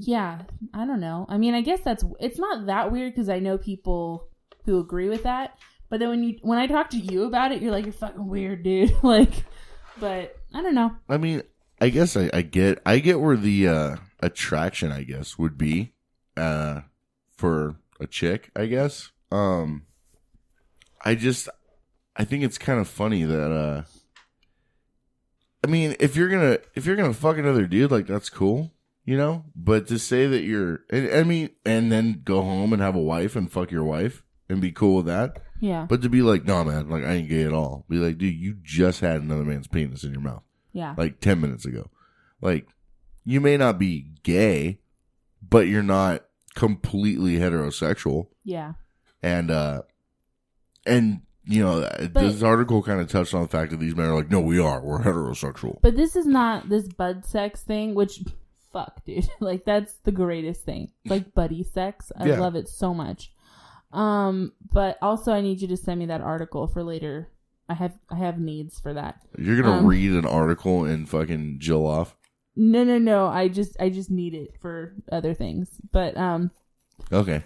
yeah, I don't know. I mean, I guess that's it's not that weird because I know people who agree with that. But then when you when I talk to you about it, you're like, you're fucking weird, dude. [LAUGHS] like, but I don't know.
I mean, I guess I, I get I get where the uh, attraction I guess would be uh, for a chick. I guess. Um, I just I think it's kind of funny that. Uh, I mean, if you're gonna if you're gonna fuck another dude, like that's cool, you know. But to say that you're, I I mean, and then go home and have a wife and fuck your wife and be cool with that.
Yeah.
But to be like, no, man, like I ain't gay at all. Be like, dude, you just had another man's penis in your mouth.
Yeah.
Like ten minutes ago. Like, you may not be gay, but you're not completely heterosexual.
Yeah.
And uh, and you know, this article kind of touched on the fact that these men are like, no, we are, we're heterosexual.
But this is not this bud sex thing, which fuck, dude. [LAUGHS] Like that's the greatest thing. Like buddy sex. I
Yeah.
love it so much. Um, but also I need you to send me that article for later. I have I have needs for that.
You're gonna
Um,
read an article and fucking Jill off.
No, no, no. I just I just need it for other things. But um
Okay.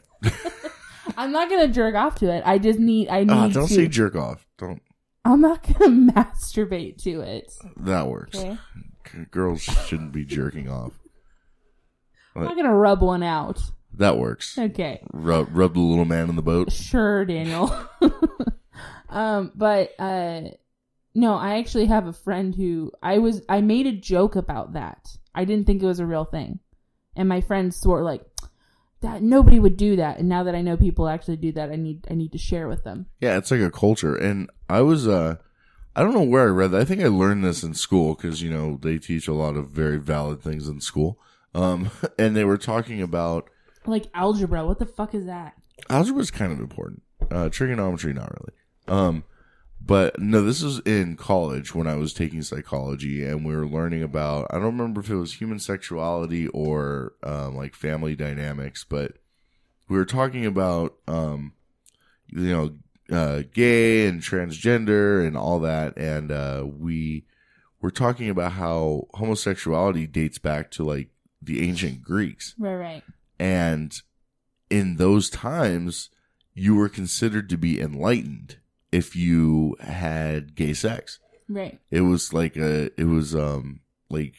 I'm not going to jerk off to it. I just need I need
Ah, don't
to
say jerk off. Don't.
I'm not going to [LAUGHS] masturbate to it.
That works.
Okay.
G- Girls shouldn't be jerking off.
I'm not
Like,
going to rub one out.
that works.
Okay.
Rub, rub the little man in the boat.
Sure, Daniel. [LAUGHS] um, but uh, no, I actually have a friend who I was I made a joke about that. I didn't think it was a real thing, and my friends swore like that nobody would do that. And now that I know people actually do that, I need I need to share with them.
Yeah, it's like a culture. And I was, uh, I don't know where I read that. I think I learned this in school because, you know, they teach a lot of very valid things in school. Um, [LAUGHS] and they were talking about
Like algebra, what the fuck is that?
algebra is kind of important. Uh, trigonometry, not really. Um, but no, this was in college when I was taking psychology, and we were learning about. I don't remember if it was human sexuality or um, like family dynamics, but we were talking about um, you know uh, gay and transgender and all that, and uh, we were talking about how homosexuality dates back to like the ancient Greeks
Right, right.
and in those times you were considered to be enlightened if you had gay sex
Right.
it was like a it was um like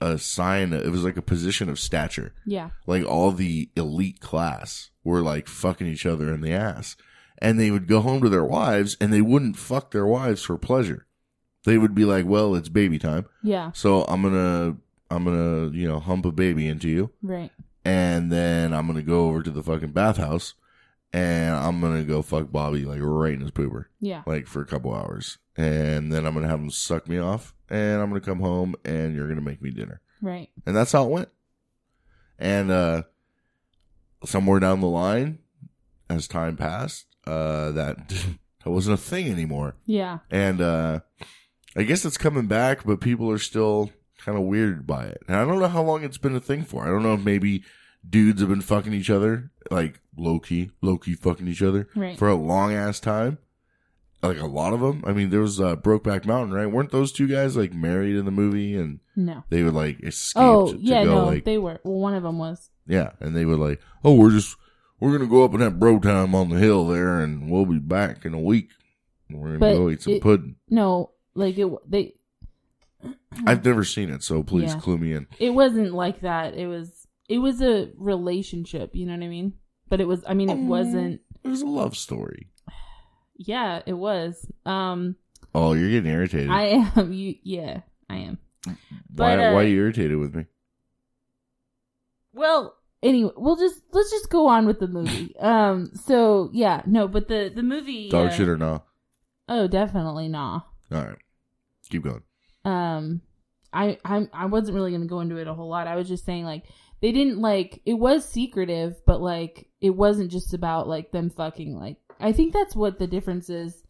a sign it was like a position of stature
Yeah.
like all the elite class were like fucking each other in the ass and they would go home to their wives and they wouldn't fuck their wives for pleasure they would be like well it's baby time
Yeah.
so i'm gonna i'm gonna you know hump a baby into you
Right.
and then I'm gonna go over to the fucking bathhouse and I'm gonna go fuck Bobby like right in his pooper.
Yeah.
Like for a couple hours. And then I'm gonna have him suck me off and I'm gonna come home and you're gonna make me dinner.
Right.
And that's how it went. And uh somewhere down the line, as time passed, uh that [LAUGHS] that wasn't a thing anymore.
Yeah.
And uh I guess it's coming back, but people are still kind of weird by it. And I don't know how long it's been a thing for. I don't know if maybe dudes have been fucking each other, like low key, low key fucking each other
Right.
for a long ass time. Like a lot of them. I mean, there was uh, Brokeback Mountain, right? Weren't those two guys like married in the movie and
No.
they would like escape
Oh
to, to
yeah,
go
no,
like
they were. Well, one of them was.
yeah, and they were like, "Oh, we're just we're gonna go up and have bro time on the hill there, and we'll be back in a week. We're gonna
But
go eat some
it-
pudding."
No, like it. They
I've never seen it, so please
Yeah.
clue me in.
it wasn't like that it was it was a relationship you know what i mean but it was i mean it wasn't
It was a love story.
yeah it was um
Oh, you're getting irritated.
i am you yeah i am
why?
but, uh,
why are you irritated with me?
well anyway we'll just let's just go on with the movie um so yeah no but the the movie
Dog
uh,
shit or not?
oh definitely nah
All right, keep going.
um I I'm I wasn't really gonna go into it a whole lot. I was just saying like they didn't like it was secretive, but like it wasn't just about like them fucking like I think that's what the difference is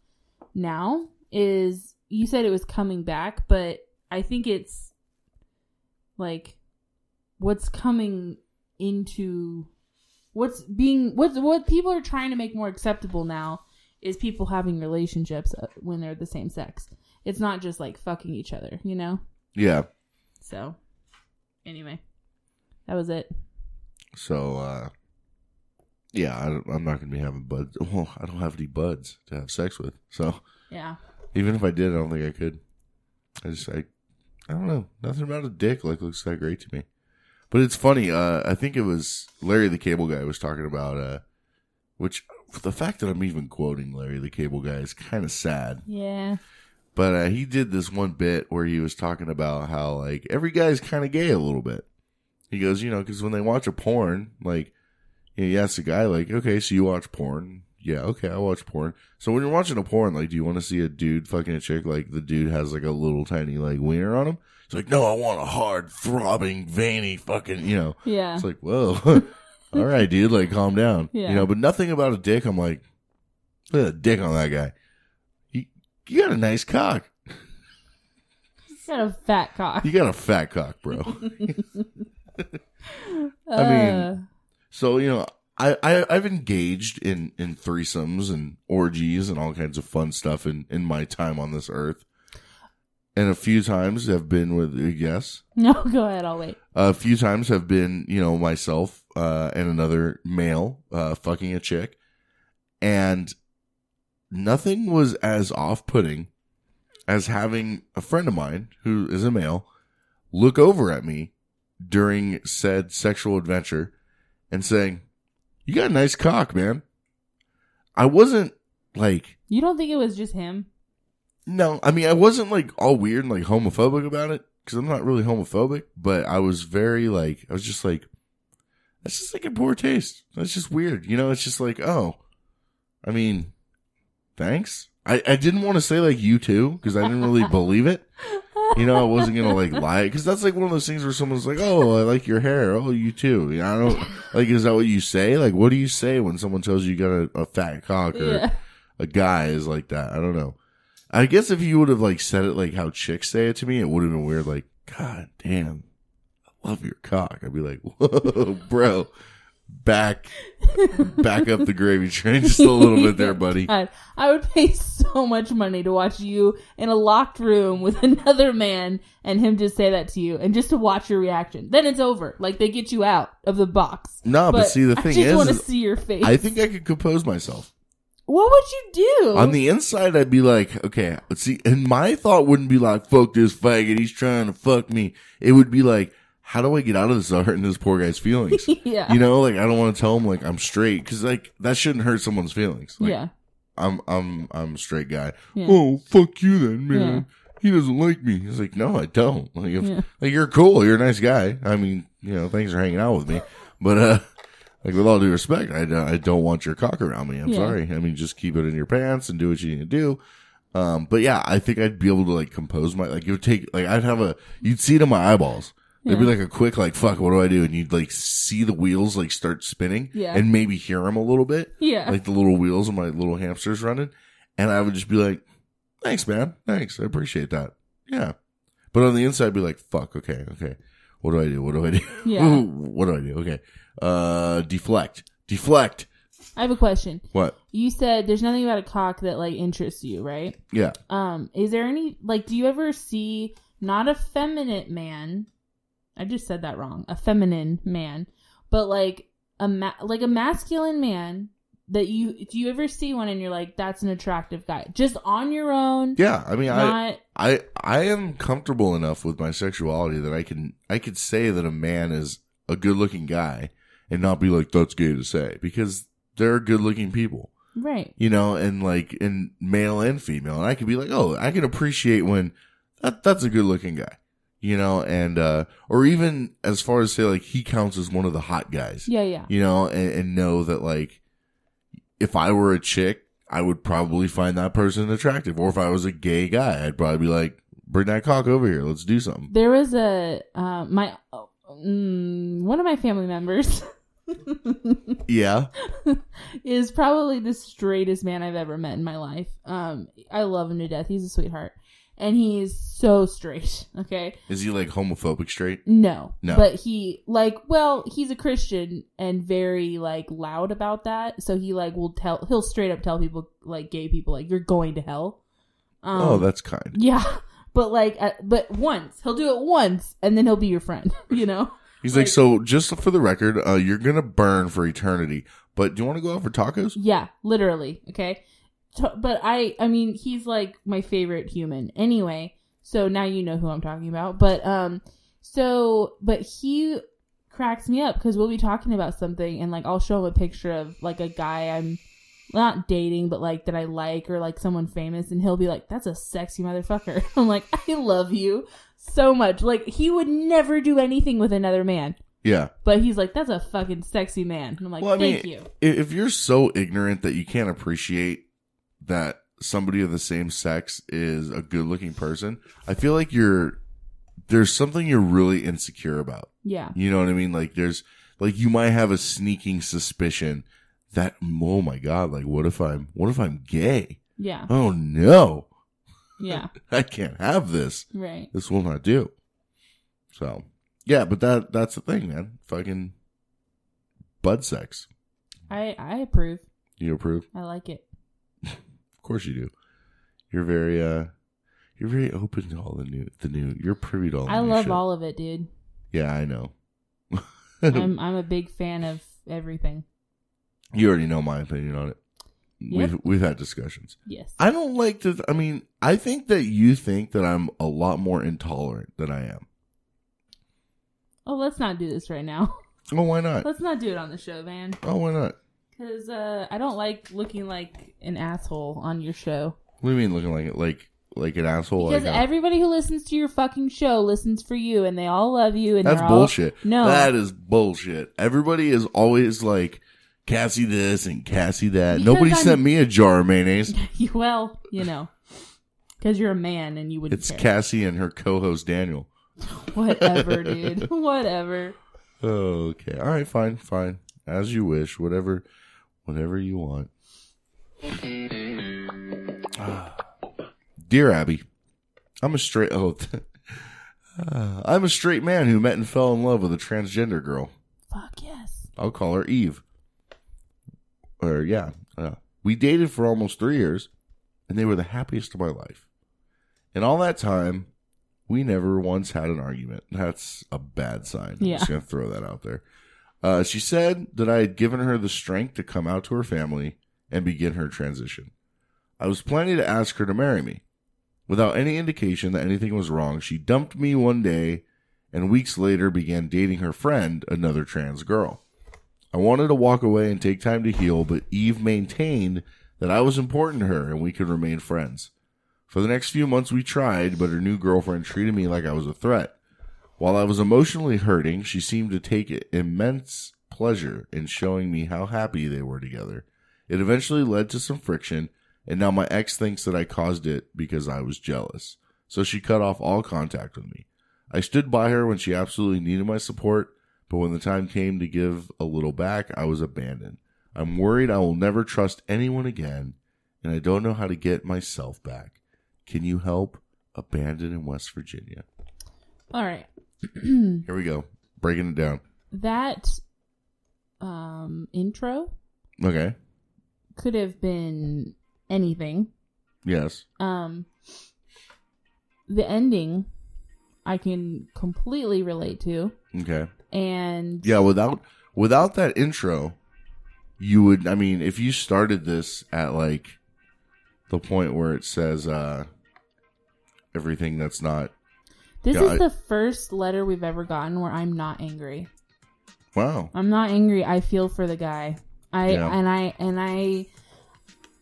now is you said it was coming back, but I think it's like what's coming into what's being what's what people are trying to make more acceptable now is people having relationships uh, when they're the same sex. It's not just like fucking each other, you know?
Yeah,
So anyway. That was it.
So, uh, yeah, I, don't- I'm not going to be having buds. Well, I don't have any buds to have sex with. So,
Yeah.
even if I did, I don't think I could. I just, I, I don't know. Nothing about a dick like looks that great to me. But it's funny. Uh, I think it was Larry the Cable Guy was talking about, uh, which the fact that I'm even quoting Larry the Cable Guy is kind of sad.
Yeah.
But uh, he did this one bit where he was talking about how like every guy's kind of gay a little bit. He goes, you know, because when they watch a porn, like you know, you ask the guy, like, okay, so you watch porn? Yeah, okay, I watch porn. So when you're watching a porn, like, do you want to see a dude fucking a chick? Like the dude has like a little tiny like wiener on him. It's like, no, I want a hard throbbing veiny fucking, you know.
Yeah.
It's like, whoa, [LAUGHS] all right, dude, like calm down.
Yeah.
You know, but nothing about a dick. I'm like, look at the dick on that guy. You you got a nice cock.
He's got a fat cock.
You got a fat cock, bro. I
Uh, [LAUGHS]
mean, so you know, I, I I've engaged in in threesomes and orgies and all kinds of fun stuff in in my time on this earth, and a few times have been with yes,
no, go ahead. I'll wait.
a few times have been you know myself uh, and another male uh, fucking a chick, and nothing was as off putting as having a friend of mine who is a male look over at me during said sexual adventure and saying, "You got a nice cock, man." I wasn't like
You don't think it was just him?
no, I mean, I wasn't like all weird and like homophobic about it because I'm not really homophobic, but I was very like, I was just like, that's just like in poor taste. That's just weird. You know, it's just like, oh, I mean, thanks. I, I didn't want to say like you too because I didn't really believe it. You know, I wasn't going to like lie because that's like one of those things where someone's like, oh, I like your hair. Oh, you too. You know, I don't like, is that what you say? Like, what do you say when someone tells you you got a, a fat cock or
Yeah.
a guy is like that? I don't know. I guess if you would have like said it like how chicks say it to me, it would have been weird. Like, God damn, I love your cock. I'd be like, whoa, [LAUGHS] bro, back, back up the gravy train [LAUGHS] just a little bit there,
[LAUGHS]
buddy.
God, I would pay so much money to watch you in a locked room with [LAUGHS] another man and him just say that to you and just to watch your reaction. Then it's over. Like they get you out of the box.
No, but, see, the thing
I just
is,
want to
is
see your face.
I think I could compose myself.
What would you do?
On the inside, I'd be like, okay, but see, and my thought wouldn't be like, fuck this faggot, he's trying to fuck me. It would be like, how do I get out of this [LAUGHS] without hurting this poor guy's feelings?
Yeah.
You know, like, I don't want to tell him, like, I'm straight, cause, like, that shouldn't hurt someone's feelings. Like,
yeah.
I'm, I'm, I'm a straight guy.
Yeah.
Oh, fuck you then, man. He doesn't like me. He's like, no, I don't. [LAUGHS] Like, if,
Yeah.
like, you're cool, you're a nice guy. I mean, you know, thanks for hanging out with me. But, uh, like with all due respect, I don't, I don't want your cock around me. I'm
Yeah.
sorry. I mean, just keep it in your pants and do what you need to do. Um, but yeah, I think I'd be able to like compose my, like it would take, like I'd have a, you'd see it in my eyeballs. There'd be
Yeah.
like a quick, like, fuck, what do I do? And you'd like see the wheels like start spinning
Yeah.
and maybe hear them a little bit.
Yeah.
Like the little wheels of my little hamsters running. And I would just be like, thanks, man. Thanks. I appreciate that. Yeah. But on the inside, I'd be like, fuck, okay, okay. What do I do? What do I do?
Yeah.
[LAUGHS] what do I do? Okay. Uh, deflect. Deflect.
I have a question.
What?
You said there's nothing about a cock that like interests you, right?
Yeah.
Um, is there any like do you ever see not a feminine man? I just said that wrong. A feminine man, but like a ma- like a masculine man that you do you ever see one and you're like that's an attractive guy just on your own?
Yeah. I mean,
Not-
I, I, I am comfortable enough with my sexuality that I can, I could say that a man is a good looking guy and not be like, that's gay to say because they're good looking people.
Right.
you know, and like in male and female. And I could be like, oh, I can appreciate when that that's a good looking guy, you know, and uh, or even as far as say like he counts as one of the hot guys.
Yeah, yeah.
You know, and, and know that like if I were a chick, I would probably find that person attractive. Or if I was a gay guy, I'd probably be like, bring that cock over here. Let's do something.
There was a uh, my oh, mm, one of my family members [LAUGHS]
Yeah.
is probably the straightest man I've ever met in my life. Um, I love him to death. He's a sweetheart, and he's so straight. [LAUGHS] Okay,
Is he like homophobic straight?
no,
No.
but he like well, he's a Christian and very like loud about that. So he like will tell he'll straight up tell people like gay people like you're going to hell. Um,
oh,
[LAUGHS]
that's kind.
yeah, but like uh, but once he'll do it once, and then he'll be your friend. [LAUGHS] You know.
He's like, so just for the record, uh, you're gonna burn for eternity. But do you want to go out for tacos?
Yeah, literally. Okay. To- But I, I mean, he's like my favorite human anyway. So now you know who I'm talking about. But, um, so, but he cracks me up because we'll be talking about something and like I'll show him a picture of like a guy I'm not dating, but like that I like or like someone famous. And he'll be like, that's a sexy motherfucker. [LAUGHS] I'm like, I love you so much. Like he would never do anything with another man.
Yeah.
But he's like, that's a fucking sexy man. And I'm like,
Well, I mean,
thank you.
i- If you're so ignorant that you can't appreciate that somebody of the same sex is a good looking person, I feel like you're there's something you're really insecure about.
Yeah.
You know what I mean? Like there's like you might have a sneaking suspicion that oh my god, like what if I'm what if I'm gay?
Yeah.
Oh no.
Yeah.
I can't have this.
Right.
This will not do. So yeah, but that that's the thing, man. Fucking bud sex.
I I approve.
You approve?
I like it.
Of course you do. You're very uh you're very open to all the new the new. You're privy to all the
I
new
love
shit.
all of
[LAUGHS]
it, dude.
Yeah, I know. [LAUGHS]
I'm I'm a big fan of everything.
You already know my opinion on it.
Yep.
We've we've had discussions.
Yes.
I don't like to I mean, I think that you think that I'm a lot more intolerant than I am.
Oh, let's not do this right now.
Oh, why not?
[LAUGHS] Let's not do it on the show, man.
Oh, why not?
Cause uh, I don't like looking like an asshole on your show.
What do you mean looking like like like an asshole?
Because
like I'm-
everybody who listens to your fucking show listens for you, and they all love you. And
That's
they're all-
bullshit.
No, [LAUGHS]
That is bullshit. Everybody is always like Cassie this and Cassie that.
Because
Nobody
I'm-
sent me a jar of mayonnaise.
well, you know, because you're a man and you would.
It's Cassie and her co-host Daniel. [LAUGHS]
Whatever, dude. [LAUGHS] Whatever.
Okay. All right. Fine. Fine. As you wish. Whatever. Whatever you want. Ah. Dear Abby, I'm a straight. Oh, [LAUGHS] Ah, I'm a straight man who met and fell in love with a transgender girl.
Fuck yes.
I'll call her Eve. Or yeah, uh, we dated for almost three years, and they were the happiest of my life. In all that time, we never once had an argument. That's a bad sign. I'm
Yeah.
just gonna throw that out there. Uh, she said that I had given her the strength to come out to her family and begin her transition. I was planning to ask her to marry me. Without any indication that anything was wrong, she dumped me one day and weeks later began dating her friend, another trans girl. I wanted to walk away and take time to heal, but Eve maintained that I was important to her and we could remain friends. For the next few months, we tried, but her new girlfriend treated me like I was a threat. While I was emotionally hurting, she seemed to take immense pleasure in showing me how happy they were together. It eventually led to some friction, and now my ex thinks that I caused it because I was jealous. So she cut off all contact with me. I stood by her when she absolutely needed my support, but when the time came to give a little back, I was abandoned. I'm worried I will never trust anyone again, and I don't know how to get myself back. Can you help? Abandoned in West Virginia.
All right. [CLEARS THROAT]
Here we go. Breaking it down.
that um intro
Okay.
could have been anything.
Yes.
Um, the ending, I can completely relate to,
Okay.
and
Yeah, without without that intro, you would I mean, if you started this at like the point where it says uh everything that's not
this
Yeah,
is
I-
the first letter we've ever gotten where I'm not angry.
Wow.
I'm not angry. I feel for the guy. I
Yeah.
and I and I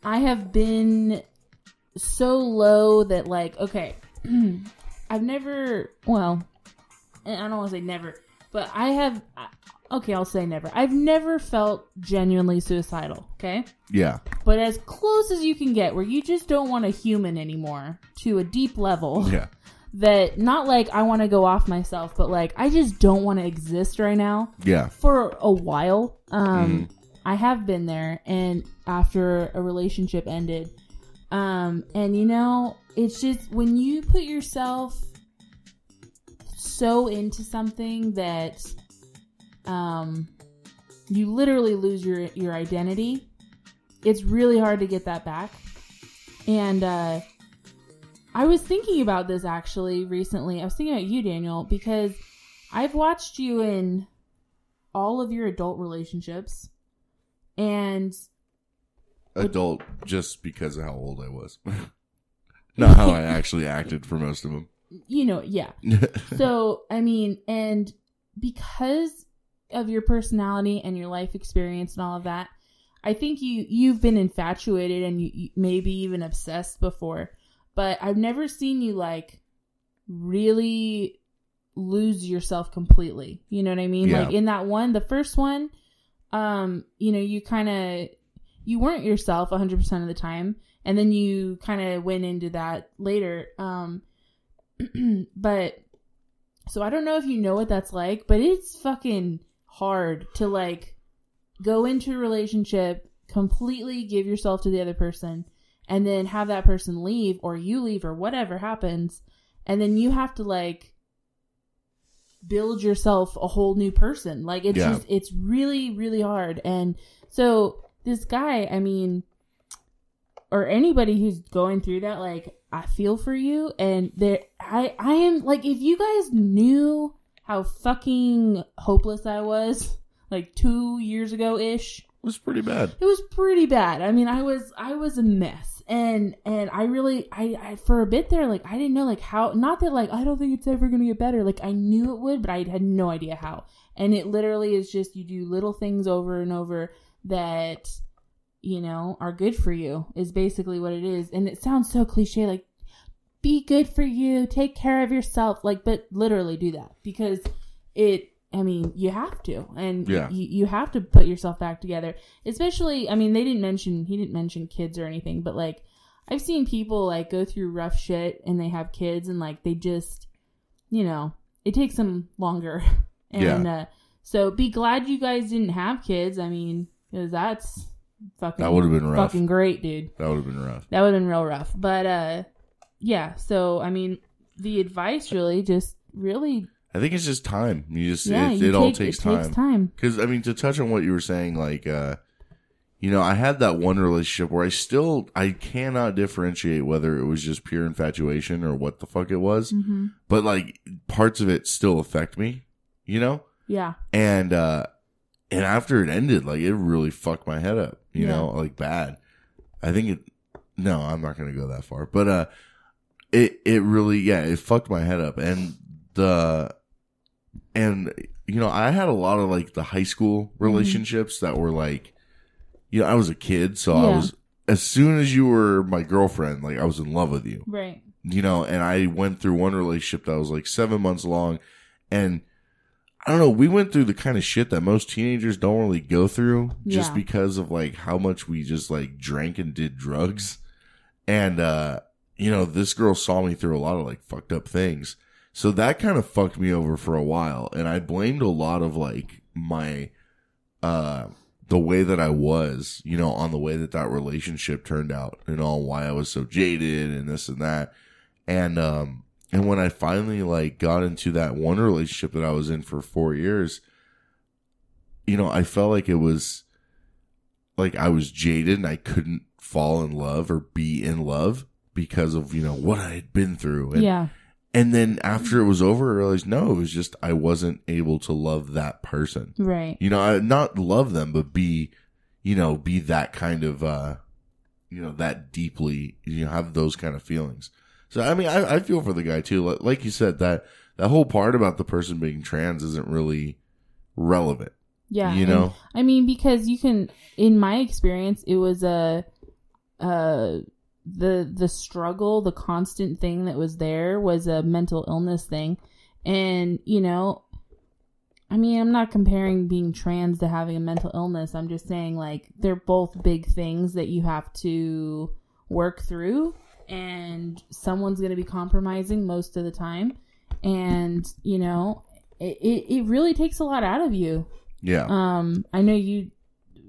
I have been so low that like okay, [CLEARS THROAT] I've never well, and I don't want to say never, but I have I- okay, I'll say never. I've never felt genuinely suicidal, okay?
Yeah.
But as close as you can get where you just don't want a human anymore to a deep level
Yeah.
that not like I want to go off myself, but like I just don't want to exist right now
Yeah.
for a while. Um, I have been there, and after a relationship ended, um, and you know, it's just when you put yourself so into something that, um, you literally lose your your identity. It's really hard to get that back, and uh, I was thinking about this actually recently. I was thinking about you, Daniel, because I've watched you in all of your adult relationships, and
Adult, just because of how old I was. [LAUGHS]
[LAUGHS]
Not how I actually acted for most of them.
you know, yeah. so, I mean, and because of your personality and your life experience and all of that, I think you you've been infatuated and you, you maybe even obsessed before, but I've never seen you like really lose yourself completely. You know what I mean?
Yeah.
Like in that one, the first one, um, you know, you kind of you weren't yourself 100% of the time and then you kind of went into that later um [CLEARS THROAT] but so I don't know if you know what that's like, but it's fucking hard to like go into a relationship, completely give yourself to the other person, and then have that person leave or you leave or whatever happens, and then you have to like build yourself a whole new person. Like it's
Yeah.
just it's really really hard. And so this guy, I mean, or anybody who's going through that like i feel for you and there i i am like if you guys knew how fucking hopeless i was like two years ago ish it
was pretty bad
it was pretty bad i mean i was i was a mess and and i really i, I for a bit there like i didn't know like how not that like i don't think it's ever gonna get better like i knew it would but i had no idea how and it literally is just you do little things over and over that you know, are good for you is basically what it is. And it sounds so cliche, like be good for you, take care of yourself, like, but literally do that because it, I mean, you have to, and
Yeah.
you, you have to put yourself back together. Especially, I mean, they didn't mention, he didn't mention kids or anything, but like, I've seen people like go through rough shit and they have kids and like they just, you know, it takes them longer. [LAUGHS] and
Yeah.
uh, so be glad you guys didn't have kids. I mean, because that's fucking
That would have been rough.
fucking great, dude.
That would have been rough.
That would have been real rough. But uh yeah, so I mean the advice really just really
I think it's just time. You just
Yeah,
it,
you
it all
take-
takes
it
time.
takes time.
Because I mean, to touch on what you were saying, like, uh, you know, I had that one relationship where I still I cannot differentiate whether it was just pure infatuation or what the fuck it
Mm.
was,
Mhm.
but like parts of it still affect me. You know?
Yeah.
And uh, and after it ended, like it really fucked my head up. You
Yeah.
know, like bad. I think it. No, I'm not gonna go that far, but uh, it it really yeah it fucked my head up and the and you know i had a lot of like the high school
Mm-hmm.
relationships that were like you know i was a kid so i
Yeah.
was as soon as you were my girlfriend like i was in love with you
Right.
you know and i went through one relationship that was like seven months long and i don't know we went through the kind of shit that most teenagers don't really go through just
Yeah.
because of like how much we just like drank and did drugs and uh you know this girl saw me through a lot of like fucked up things so that kind of fucked me over for a while and i blamed a lot of like my uh the way that i was you know on the way that that relationship turned out and on why i was so jaded and this and that and um and when i finally like got into that one relationship that i was in for four years you know i felt like it was like I was jaded and I couldn't fall in love or be in love because of, you know, what I had been through. And,
Yeah.
And then after it was over, I realized no, it was just I wasn't able to love that person.
Right.
You know, I, not love them, but be, you know, be that kind of, uh, you know, that deeply, you know, have those kind of feelings. So, I mean, I, I feel for the guy too. Like, like you said, that, that whole part about the person being trans isn't really relevant.
Yeah.
You
and-
know?
I mean, because you can, in my experience, it was a, uh, the the struggle, the constant thing that was there was a mental illness thing, and you know, I mean, I'm not comparing being trans to having a mental illness. I'm just saying like they're both big things that you have to work through, and someone's going to be compromising most of the time, and you know. It, it, it really takes a lot out of you
Yeah.
Oh.
um, I know you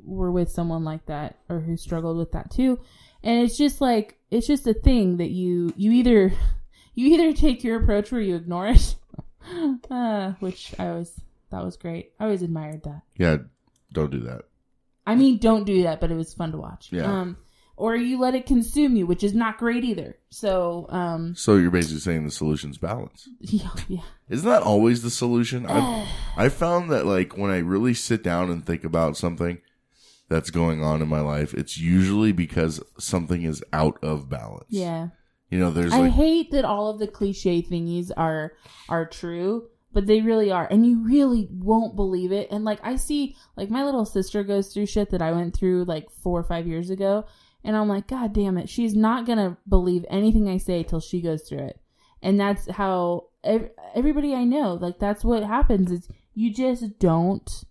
were with someone like that or who struggled with that too. And it's just like it's just a thing that you you either [LAUGHS] you either take your approach where you ignore it. [LAUGHS] uh, which I always that was great. I always admired that.
Yeah. Don't do that.
I mean, don't do that, but it was fun to watch.
Yeah.
Um, or you let it consume you, which is not great either. So, um, [LAUGHS]
So you're basically saying the solution's balance.
yeah, yeah.
Isn't that always the solution?
[SIGHS]
I've, I found that like when I really sit down and think about something that's going on in my life, it's usually because something is out of balance.
Yeah.
You know, there's
I
like
hate that all of the cliche thingies are are true, but they really are, and you really won't believe it. And like I see, like my little sister goes through shit that I went through like four or five years ago, and I'm like, God damn it, she's not gonna believe anything I say till she goes through it, and that's how ev- everybody I know, like that's what happens is you just don't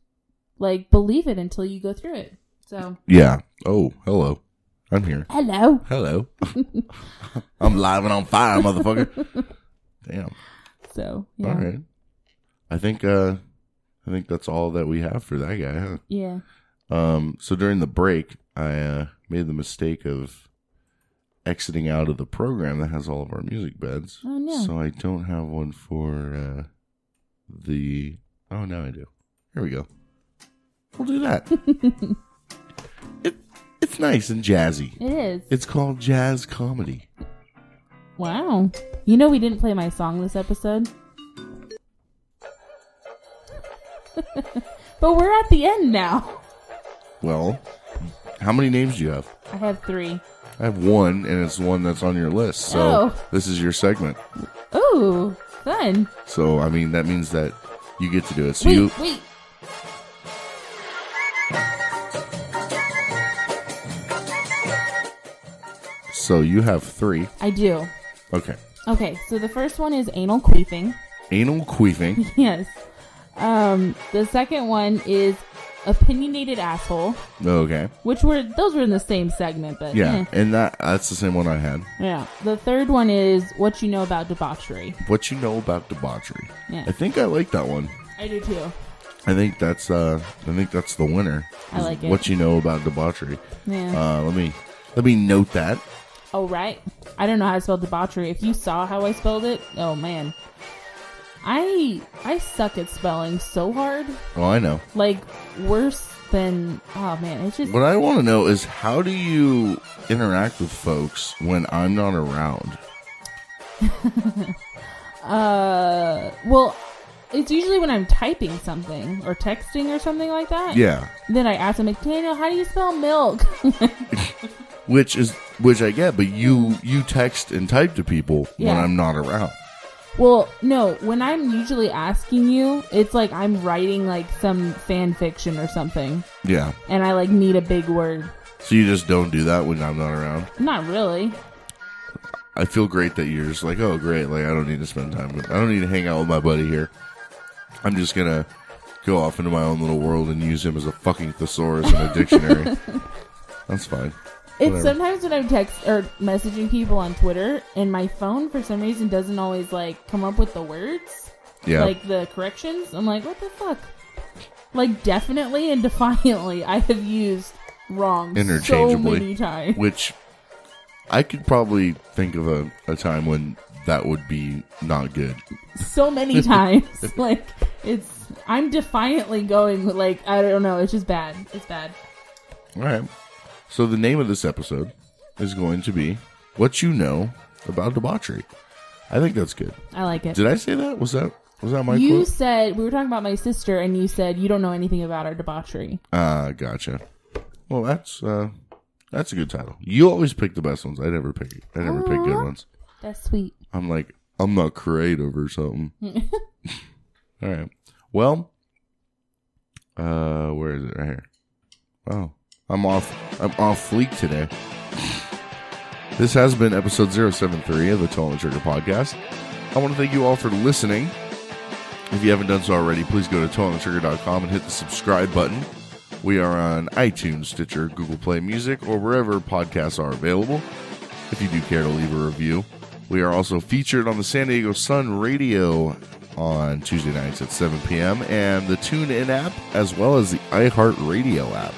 like believe it until you go through it. So
Yeah. Oh, hello. I'm here.
Hello. [LAUGHS]
Hello. I'm live and on fire,
[LAUGHS]
motherfucker. Damn.
So yeah,
All right. I think uh I think that's all that we have for that guy, huh?
yeah.
Um, so during the break, I uh, made the mistake of exiting out of the program that has all of our music beds.
Oh, no.
So I don't have one for uh, the. Oh no, I do. Here we go. We'll do that.
[LAUGHS]
it it's nice and jazzy.
It is.
It's called jazz comedy.
Wow. You know we didn't play my song this episode. [LAUGHS] but we're at the end now.
Well, how many names do you have?
I have three.
I have one, and it's one that's on your list. So
Oh.
this is your segment.
Ooh, fun.
So I mean that means that you get to do it. So
wait,
you
wait.
so you have three.
I do.
Okay.
Okay, so the first one is anal queefing. [LAUGHS]
Anal queefing.
Yes. Um, the second one is opinionated asshole,
Okay.
which were those were in the same segment, but
Yeah,
eh.
and that that's the same one I had.
yeah. The third one is what you know about debauchery.
What you know about debauchery?
Yeah.
I think I like that one.
I do too.
I think that's uh I think that's the winner.
I
is
like it.
What you know about debauchery?
Yeah.
Uh, let me let me note that.
Oh, right. I don't know how to spell debauchery. If you saw how I spelled it, oh man. I I suck at spelling so hard.
Oh, I know.
Like worse than oh man, it's just
What I want to know is how do you interact with folks when I'm not around?
uh well, it's usually when I'm typing something or texting or something like that.
Yeah.
Then I ask them like, Daniel, how do you spell milk? [LAUGHS]
Which is which I get, but you you text and type to people when
Yeah.
I'm not around.
well, no, when I'm usually asking you, it's like I'm writing like some fan fiction or something
Yeah.
and I like need a big word.
So you just don't do that when I'm not around.
Not really.
I feel great that you're just like, oh, great. Like, I don't need to spend time with, I don't need to hang out with my buddy here. I'm just going to go off into my own little world and use him as a fucking thesaurus in a
[LAUGHS]
dictionary. That's fine.
It's
Whatever.
sometimes when I'm text or messaging people on Twitter, and my phone for some reason doesn't always like come up with the words,
Yeah.
like the corrections. I'm like, what the fuck? Like definitely and [LAUGHS] defiantly, I have used wrong
Interchangeably.
so many times.
Which I could probably think of a, a time when that would be not good.
so
[LAUGHS]
many times, [LAUGHS] like it's I'm defiantly going like I don't know. It's just bad. It's bad.
All right. So the name of this episode is going to be What You Know About Debauchery. I think that's good.
I like it.
Did I say that? Was that was that my
you
quote?
said we were talking about my sister, and you said you don't know anything about our debauchery.
Ah, gotcha. Well, that's uh, that's a good title. You always pick the best ones. I never pick. I never pick good
Aw.
ones.
That's sweet.
I'm like, I'm not creative or something. All right. Well, uh, where is it? Right here. Oh, I'm off. I'm off fleek today. [SIGHS] This has been episode 073 of the Toll and Trigger podcast. I want to thank you all for listening. If you haven't done so already, please go to toilandtrigger.com and hit the subscribe button. We are on iTunes, Stitcher, Google Play Music, or wherever podcasts are available. If you do care to leave a review, we are also featured on the San Diego Sun Radio on Tuesday nights at 7 p.m. and the TuneIn app, as well as the iHeartRadio app.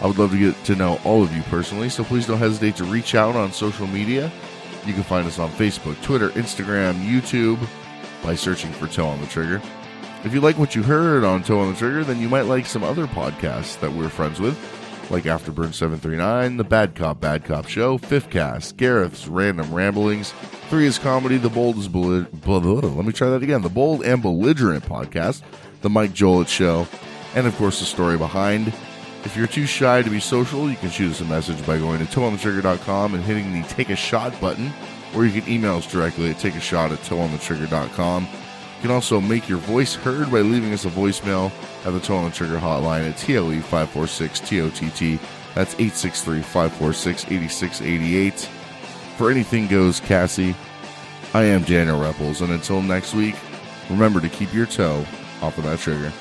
I would love to get to know all of you personally, so please don't hesitate to reach out on social media. You can find us on Facebook, Twitter, Instagram, YouTube by searching for Toe on the Trigger. If you like what you heard on Toe on the Trigger, then you might like some other podcasts that we're friends with. like Afterburn 739, The Bad Cop, Bad Cop Show, Fifth Cast, Gareth's Random Ramblings, Three is Comedy, The Bold is Belli- blah, blah, blah. Let me try that again. The Bold and Belligerent Podcast, The Mike Jolett Show, and of course, The Story Behind. If you're too shy to be social, you can shoot us a message by going to toeonthetrigger.com and hitting the Take a Shot button, or you can email us directly at takeashot at toeonthetrigger.com. You can also make your voice heard by leaving us a voicemail at the Toll and Trigger hotline at E TLE 546 TOTT. That's 863 546 8688. For Anything Goes, Cassie, I am Daniel Repples, and until next week, remember to keep your toe off of that trigger.